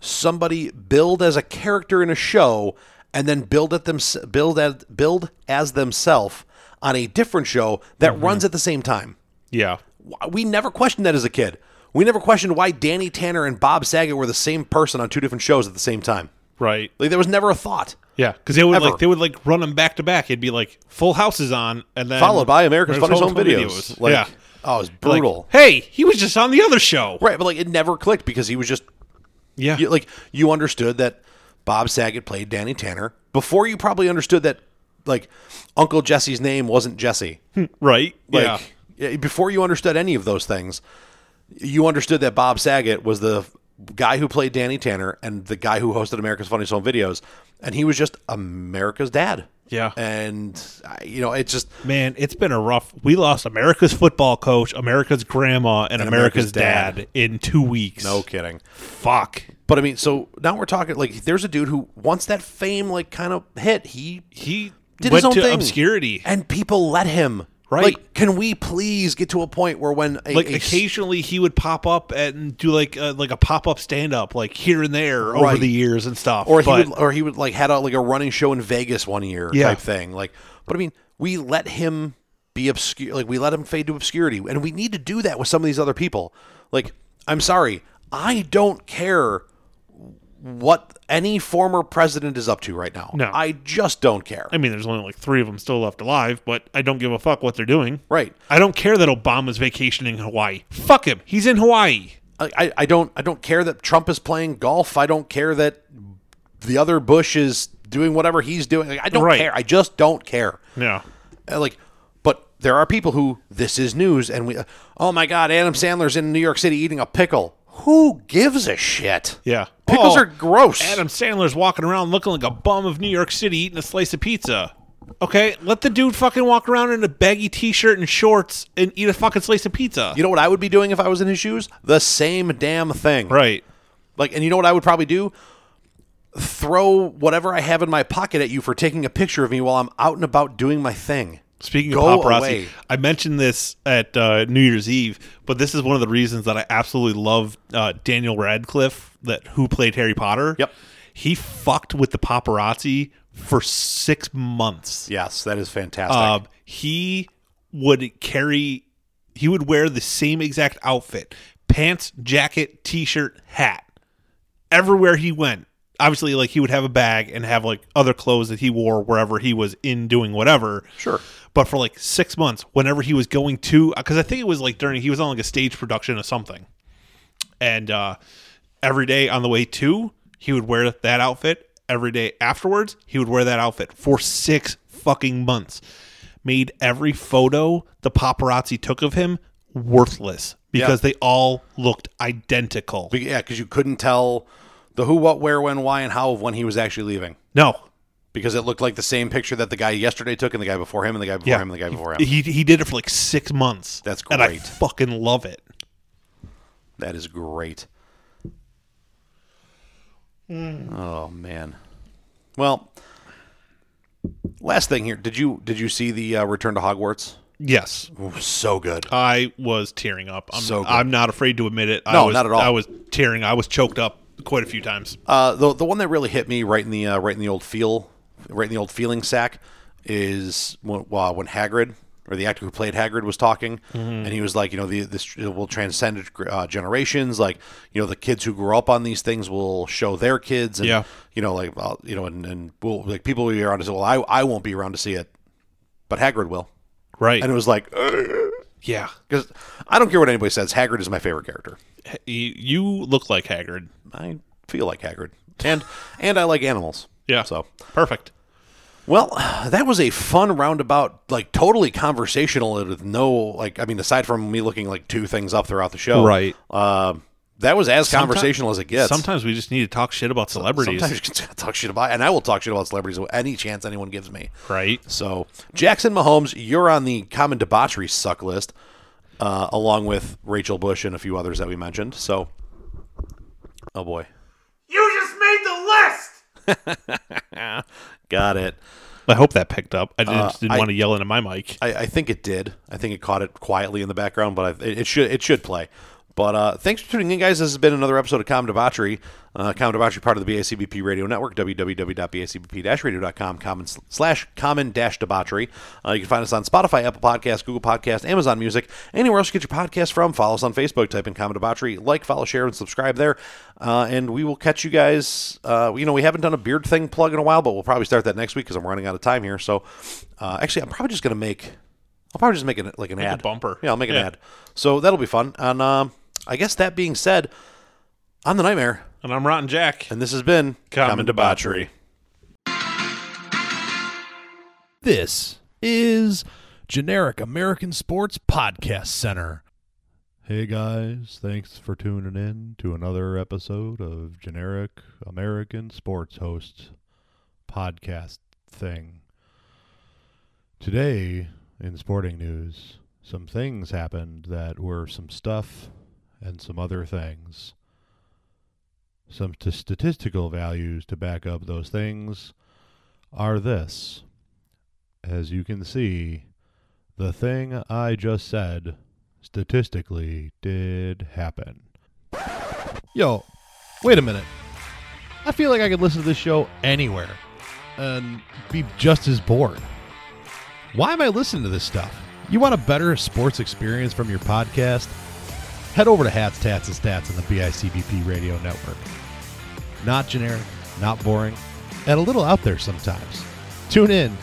[SPEAKER 2] somebody build as a character in a show and then build at them build as build as themselves on a different show that runs at the same time?
[SPEAKER 3] yeah,
[SPEAKER 2] we never questioned that as a kid. We never questioned why Danny Tanner and Bob Saget were the same person on two different shows at the same time.
[SPEAKER 3] right.
[SPEAKER 2] Like there was never a thought.
[SPEAKER 3] Yeah, because they would
[SPEAKER 2] Ever.
[SPEAKER 3] like they would like run them back to back. It'd be like Full House is on, and then
[SPEAKER 2] Followed by America's
[SPEAKER 3] America's
[SPEAKER 2] Funniest Home Videos. Like,
[SPEAKER 3] yeah,
[SPEAKER 2] Oh, it's
[SPEAKER 3] Like,
[SPEAKER 2] brutal.
[SPEAKER 3] hey, he was just on the other show.
[SPEAKER 2] right, but like it never clicked because he was just
[SPEAKER 3] Yeah,
[SPEAKER 2] you, like you understood that Bob Saget played Danny Tanner before you probably understood that like Uncle Jesse's name wasn't Jesse.
[SPEAKER 3] Hmm. right. yeah,
[SPEAKER 2] Like yeah. before you understood any of those things, you understood that Bob Saget was the guy who played Danny Tanner and the guy who hosted America's Funniest Home Videos, and he was just America's dad.
[SPEAKER 3] Yeah.
[SPEAKER 2] and I- you know, it's just
[SPEAKER 3] man, it's been a rough. We lost America's football coach, America's grandma, and, America's,
[SPEAKER 2] America's
[SPEAKER 3] dad.
[SPEAKER 2] dad.
[SPEAKER 3] in two weeks.
[SPEAKER 2] no kidding.
[SPEAKER 3] fuck.
[SPEAKER 2] But I mean, so now we're talking like there's a dude who once that fame like kind of hit, he
[SPEAKER 3] He
[SPEAKER 2] did his
[SPEAKER 3] went
[SPEAKER 2] own
[SPEAKER 3] to
[SPEAKER 2] thing.
[SPEAKER 3] obscurity.
[SPEAKER 2] and people let him.
[SPEAKER 3] Right.
[SPEAKER 2] Like, can we please get to a point where when a,
[SPEAKER 3] like
[SPEAKER 2] a s-
[SPEAKER 3] occasionally he would pop up and do like a, like a pop up stand up like here and there over
[SPEAKER 2] Right.
[SPEAKER 3] the years and stuff.
[SPEAKER 2] or
[SPEAKER 3] but
[SPEAKER 2] he would, or he would like had a, like a running show in Vegas one year
[SPEAKER 3] Yeah.
[SPEAKER 2] type thing. Like, but I mean, we let him be obscure. Like we let him fade to obscurity, and we need to do that with some of these other people. Like, I'm sorry, I don't care what any former president is up to right now.
[SPEAKER 3] No.
[SPEAKER 2] I just don't care.
[SPEAKER 3] I mean, there's only like three of them still left alive, but I don't give a fuck what they're doing.
[SPEAKER 2] right.
[SPEAKER 3] I don't care that Obama's vacationing in Hawaii. Fuck him. He's in Hawaii.
[SPEAKER 2] I, I, I don't I don't care that Trump is playing golf. I don't care that the other Bush is doing whatever he's doing. Like, I don't
[SPEAKER 3] Right.
[SPEAKER 2] care. I just don't care.
[SPEAKER 3] Yeah.
[SPEAKER 2] Uh, like but there are people who this is news and we uh, oh my god adam sandler's in new york city eating a pickle who gives a shit
[SPEAKER 3] Yeah.
[SPEAKER 2] pickles
[SPEAKER 3] Oh,
[SPEAKER 2] are gross
[SPEAKER 3] Adam Sandler's walking around looking like a bum of New York City eating a slice of pizza. Okay, let the dude fucking walk around in a baggy t-shirt and shorts and eat a fucking slice of pizza.
[SPEAKER 2] you know what i would be doing if i was in his shoes the same damn thing
[SPEAKER 3] Right.
[SPEAKER 2] like and you know what i would probably do throw whatever i have in my pocket at you for taking a picture of me while i'm out and about doing my thing
[SPEAKER 3] Speaking
[SPEAKER 2] Go
[SPEAKER 3] of paparazzi,
[SPEAKER 2] away.
[SPEAKER 3] I mentioned this at uh, New Year's Eve, but this is one of the reasons that I absolutely love uh, Daniel Radcliffe, that who played Harry Potter.
[SPEAKER 2] Yep.
[SPEAKER 3] he fucked with the paparazzi for six months.
[SPEAKER 2] yes that is fantastic
[SPEAKER 3] Um, he would carry, he would wear the same exact outfit: pants, jacket, t-shirt, hat, everywhere he went. Obviously, like he would have a bag and have like other clothes that he wore wherever he was in doing whatever.
[SPEAKER 2] Sure.
[SPEAKER 3] But for like six months, whenever he was going to, because I think it was like during he was on like a stage production or something, and uh, every day on the way to, he would wear that outfit. Every day afterwards, he would wear that outfit for six fucking months. Made every photo the paparazzi took of him worthless because they all looked identical.
[SPEAKER 2] Be- yeah because you couldn't tell the who what where when why and how of when he was actually leaving
[SPEAKER 3] No,
[SPEAKER 2] because it looked like the same picture that the guy yesterday took and the guy before him and the guy before
[SPEAKER 3] Yeah.
[SPEAKER 2] him and the guy before him.
[SPEAKER 3] he he did it for like six months.
[SPEAKER 2] That's
[SPEAKER 3] And I
[SPEAKER 2] great.
[SPEAKER 3] fucking love it.
[SPEAKER 2] That is great.
[SPEAKER 3] Hmm.
[SPEAKER 2] Oh man. Well, last thing here. Did you did you see the uh, Return to Hogwarts?
[SPEAKER 3] Yes.
[SPEAKER 2] Ooh, so good.
[SPEAKER 3] I was tearing up. I'm,
[SPEAKER 2] So good.
[SPEAKER 3] I'm not afraid to admit it. I
[SPEAKER 2] No,
[SPEAKER 3] was,
[SPEAKER 2] not at all.
[SPEAKER 3] I was tearing. I was choked up quite a few times.
[SPEAKER 2] Uh, the the one that really hit me right in the uh, right in the old feel, right in the old feeling sack, is when, uh, when Hagrid or the actor who played Hagrid was talking,
[SPEAKER 3] Mm-hmm.
[SPEAKER 2] and he was like, you know, the, this will transcend uh, generations. Like, you know, the kids who grew up on these things will show their kids. And,
[SPEAKER 3] Yeah.
[SPEAKER 2] You know, like, well, you know, and, and we'll, like people will be around to say, well, I I won't be around to see it, but Hagrid will.
[SPEAKER 3] Right.
[SPEAKER 2] And it was like,
[SPEAKER 3] yeah.
[SPEAKER 2] because I don't care what anybody says, Hagrid is my favorite character.
[SPEAKER 3] H- You, you look like Haggard.
[SPEAKER 2] I feel like Hagrid, and and I like animals.
[SPEAKER 3] Yeah.
[SPEAKER 2] So.
[SPEAKER 3] perfect.
[SPEAKER 2] Well, that was a fun roundabout, like totally conversational with no, like, I mean, aside from me looking like two things up throughout the show,
[SPEAKER 3] Right.
[SPEAKER 2] Uh, that was as conversational as it gets.
[SPEAKER 3] Sometimes we just need to talk shit about celebrities.
[SPEAKER 2] Sometimes you can talk shit about, and I will talk shit about celebrities any chance anyone gives me.
[SPEAKER 3] Right.
[SPEAKER 2] So, Jackson Mahomes, you're on the common debauchery suck list, uh, along with Rachel Bush and a few others that we mentioned. So, oh boy,
[SPEAKER 4] You just made the list!
[SPEAKER 2] got it.
[SPEAKER 3] I hope that picked up. Uh, I didn't, just didn't
[SPEAKER 2] I-
[SPEAKER 3] want to yell into my mic.
[SPEAKER 2] I, I think it did. I think it caught it quietly in the background, but I, it, it should it should play. But uh, thanks for tuning in, guys. This has been another episode of Com Debauchery. Uh, Com Debauchery, part of the BACBP Radio Network, www.bacbp-radio.com, common sl- slash common dash debauchery. Uh, you can find us on Spotify, Apple Podcasts, Google Podcasts, Amazon Music, anywhere else you get your podcast from. Follow us on Facebook, type in Common Debauchery, like, follow, share, and subscribe there. Uh, and we will catch you guys. Uh, you know, we haven't done a beard thing plug in a while, but we'll probably start that next week because I'm running out of time here. So uh, actually, I'm probably just going to make. I'll probably just make an, like an ad
[SPEAKER 3] bumper.
[SPEAKER 2] Yeah, I'll make an
[SPEAKER 3] Yeah.
[SPEAKER 2] ad. So that'll be fun. And um, I guess that being said, I'm the nightmare,
[SPEAKER 3] And I'm Rotten Jack.
[SPEAKER 2] and this has been
[SPEAKER 3] Common Debauchery.
[SPEAKER 1] This is Generic American Sports Podcast Center.
[SPEAKER 5] Hey guys, thanks for tuning in to another episode of Generic American Sports Host podcast thing. Today in sporting news, some things happened that were some stuff and some other things. Some t- statistical values to back up those things are this As you can see, the thing I just said statistically did happen. Yo, wait a minute. I feel like I could listen to this show anywhere and be just as bored. Why am I listening to this stuff? You want a better sports experience from your podcast? Head over to Hats, Tats, and Stats on the BICBP Radio Network. Not generic, not boring, and a little out there sometimes. Tune in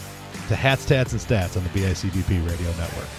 [SPEAKER 5] to Hats, Tats, and Stats on the BICBP Radio Network.